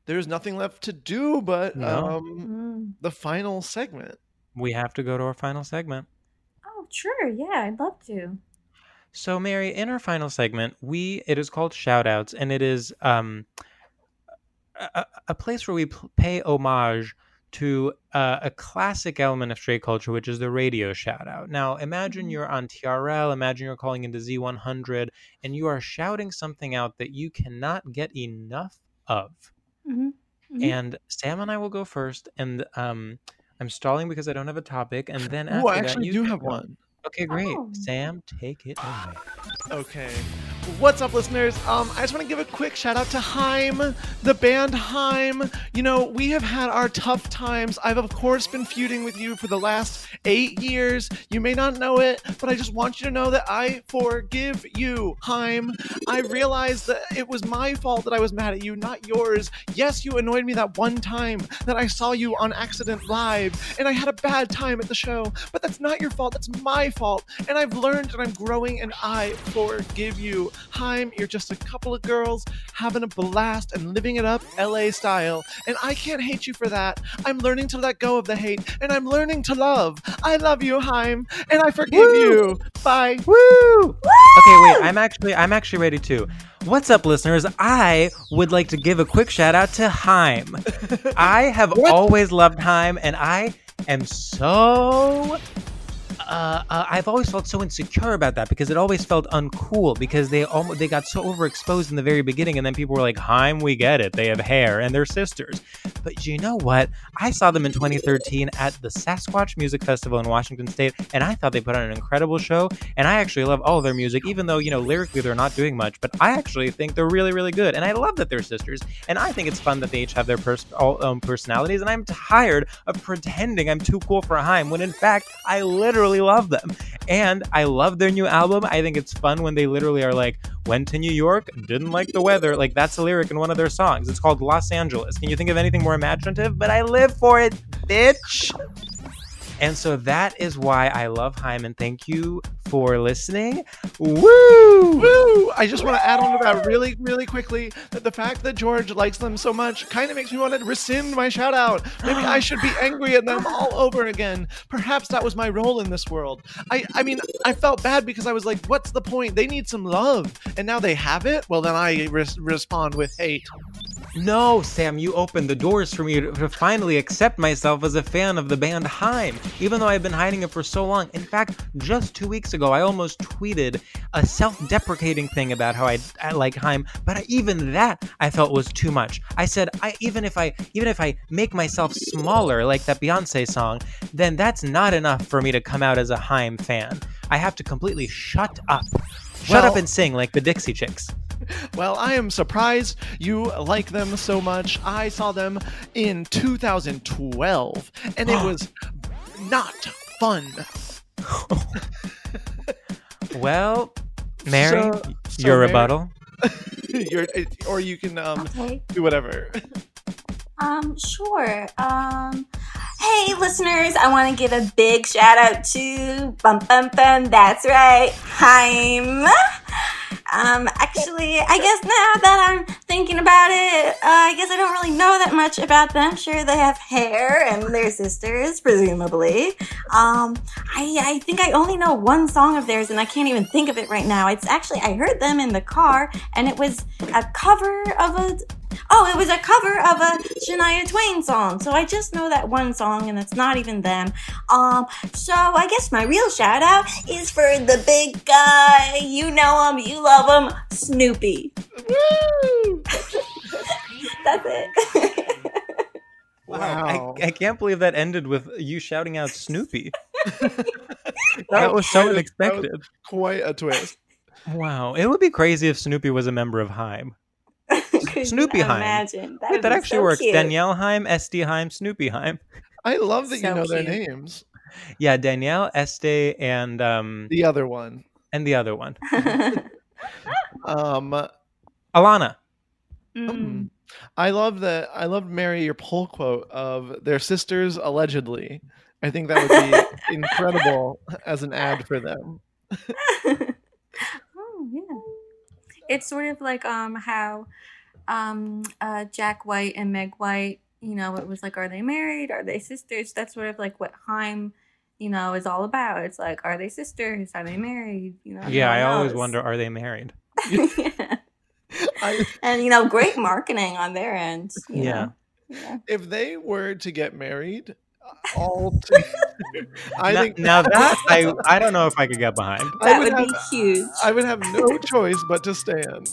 S3: there's nothing left to do but
S2: No.
S3: um,
S4: Mm.
S3: the final segment.
S2: We have to go to our final segment.
S4: Oh, sure, yeah, I'd love to.
S2: So, Mary, in our final segment, we it is called Shoutouts, and it is um, a, a- a place where we pl- pay homage to uh, a classic element of straight culture, which is the radio shoutout. Now, imagine you're on TRL, imagine you're calling into Z100, and you are shouting something out that you cannot get enough of.
S4: Mm-hmm. Mhm.
S2: And Sam and I will go first, and um, I'm stalling because I don't have a topic, and then after
S3: Oh, I
S2: that,
S3: actually
S2: you
S3: do
S2: can
S3: have
S2: go.
S3: one.
S2: Okay, great.
S4: Oh.
S2: Sam, take it away.
S3: Okay. What's up, listeners? Um, I just want to give a quick shout out to Heim, the band Heim. You know, we have had our tough times. I've, of course, been feuding with you for the last eight years. You may not know it, but I just want you to know that I forgive you, Heim. I realized that it was my fault that I was mad at you, not yours. Yes, you annoyed me that one time that I saw you on accident live, and I had a bad time at the show, but that's not your fault. That's my fault. And I've learned and I'm growing, and I forgive you. Heim, you're just a couple of girls having a blast and living it up LA style. And I can't hate you for that. I'm learning to let go of the hate, and I'm learning to love. I love you, Heim, and I forgive you. Bye.
S2: Woo! Okay, wait. I'm actually I'm actually ready too. What's up, listeners? I would like to give a quick shout out to Heim. I have always loved Heim, and I am so. Uh, uh, I've always felt so insecure about that because it always felt uncool because they almost they got so overexposed in the very beginning, and then people were like, "Heim, we get it. They have hair and they're sisters." But you know what? I saw them in 2013 at the Sasquatch Music Festival in Washington State, and I thought they put on an incredible show. And I actually love all their music, even though, you know, lyrically they're not doing much, but I actually think they're really, really good. And I love that they're sisters. And I think it's fun that they each have their pers- all own personalities. And I'm tired of pretending I'm too cool for Haim when in fact, I literally love them. And I love their new album. I think it's fun when they literally are like, went to New York, didn't like the weather. Like, that's a lyric in one of their songs. It's called Los Angeles. Can you think of anything more imaginative? But I live for it, bitch. And so that is why I love Hyman. Thank you for listening. Woo!
S3: Woo! I just want to add on to that really, really quickly that the fact that George likes them so much kind of makes me want to rescind my shout out. Maybe I should be angry at them all over again. Perhaps that was my role in this world. I, I mean, I felt bad because I was like, what's the point? They need some love. And now they have it? Well, then I res- respond with hate.
S2: No, Sam, you opened the doors for me to, to finally accept myself as a fan of the band Heim, even though I've been hiding it for so long. In fact, just two weeks ago, I almost tweeted a self-deprecating thing about how I, I like Heim, but I, even that I felt was too much. I said, I even if I even if I make myself smaller, like that Beyonce song, then that's not enough for me to come out as a Heim fan. I have to completely shut up, shut
S3: Well-
S2: up and sing like the Dixie Chicks.
S3: Well, I am surprised you like them so much. I saw them in 2012, and it was not fun.
S2: Well, Mary,
S3: So- so
S2: your
S3: Mary-
S2: rebuttal.
S3: You're, it- or you can um,
S4: Okay.
S3: do whatever.
S4: Um, sure. Um, hey, listeners, I want to give a big shout out to Bum Bum Bum. That's right, Heim. Um, actually, I guess now that I'm thinking about it, uh, I guess I don't really know that much about them. Sure, they have hair and they're sisters, presumably. Um, I, I think I only know one song of theirs and I can't even think of it right now. It's actually, I heard them in the car and it was a cover of a, oh, it was a cover of a Shania Twain song. So I just know that one song and it's not even them. Um, so I guess my real shout out is for the big guy. You know him, you love him, Snoopy.
S3: Woo!
S4: That's it.
S3: Wow.
S2: I, I can't believe that ended with you shouting out Snoopy. that was so unexpected.
S3: Quite a twist.
S2: Wow. It would be crazy if Snoopy was a member of Heim.
S4: Could you
S2: Snoopy Heim.
S4: Imagine.
S2: Wait,
S4: That, would
S2: that
S4: be
S2: actually
S4: so
S2: works.
S4: cute.
S2: Danielle Heim, SD Heim, Snoopy Heim.
S3: I love that
S4: So
S3: you know their
S4: cute.
S3: names.
S2: Yeah, Danielle, Este, and um
S3: The other one.
S2: and the other one.
S3: Um,
S2: Alana.
S4: Hmm.
S3: Mm. I love that. I love Mary your poll quote of their sisters allegedly. I think that would be incredible as an ad for them.
S4: oh yeah. It's sort of like um how um uh Jack White and Meg White, you know, it was like are they married? Are they sisters? That's sort of like what Heim, you know, is all about. It's like are they sisters? Are they married? You know.
S2: Yeah,
S4: no
S2: I
S4: one
S2: always
S4: knows.
S2: wonder are they married?
S4: Yeah.
S3: I,
S4: And you know, great marketing on their end. you
S2: Yeah.
S4: know. Yeah.
S3: if they were to get married, uh, all to, I
S2: now,
S3: think
S2: now that I I don't know if I could get behind.
S4: That
S3: I would,
S4: would,
S3: have, uh,
S4: be huge.
S3: I would have no choice but to stand.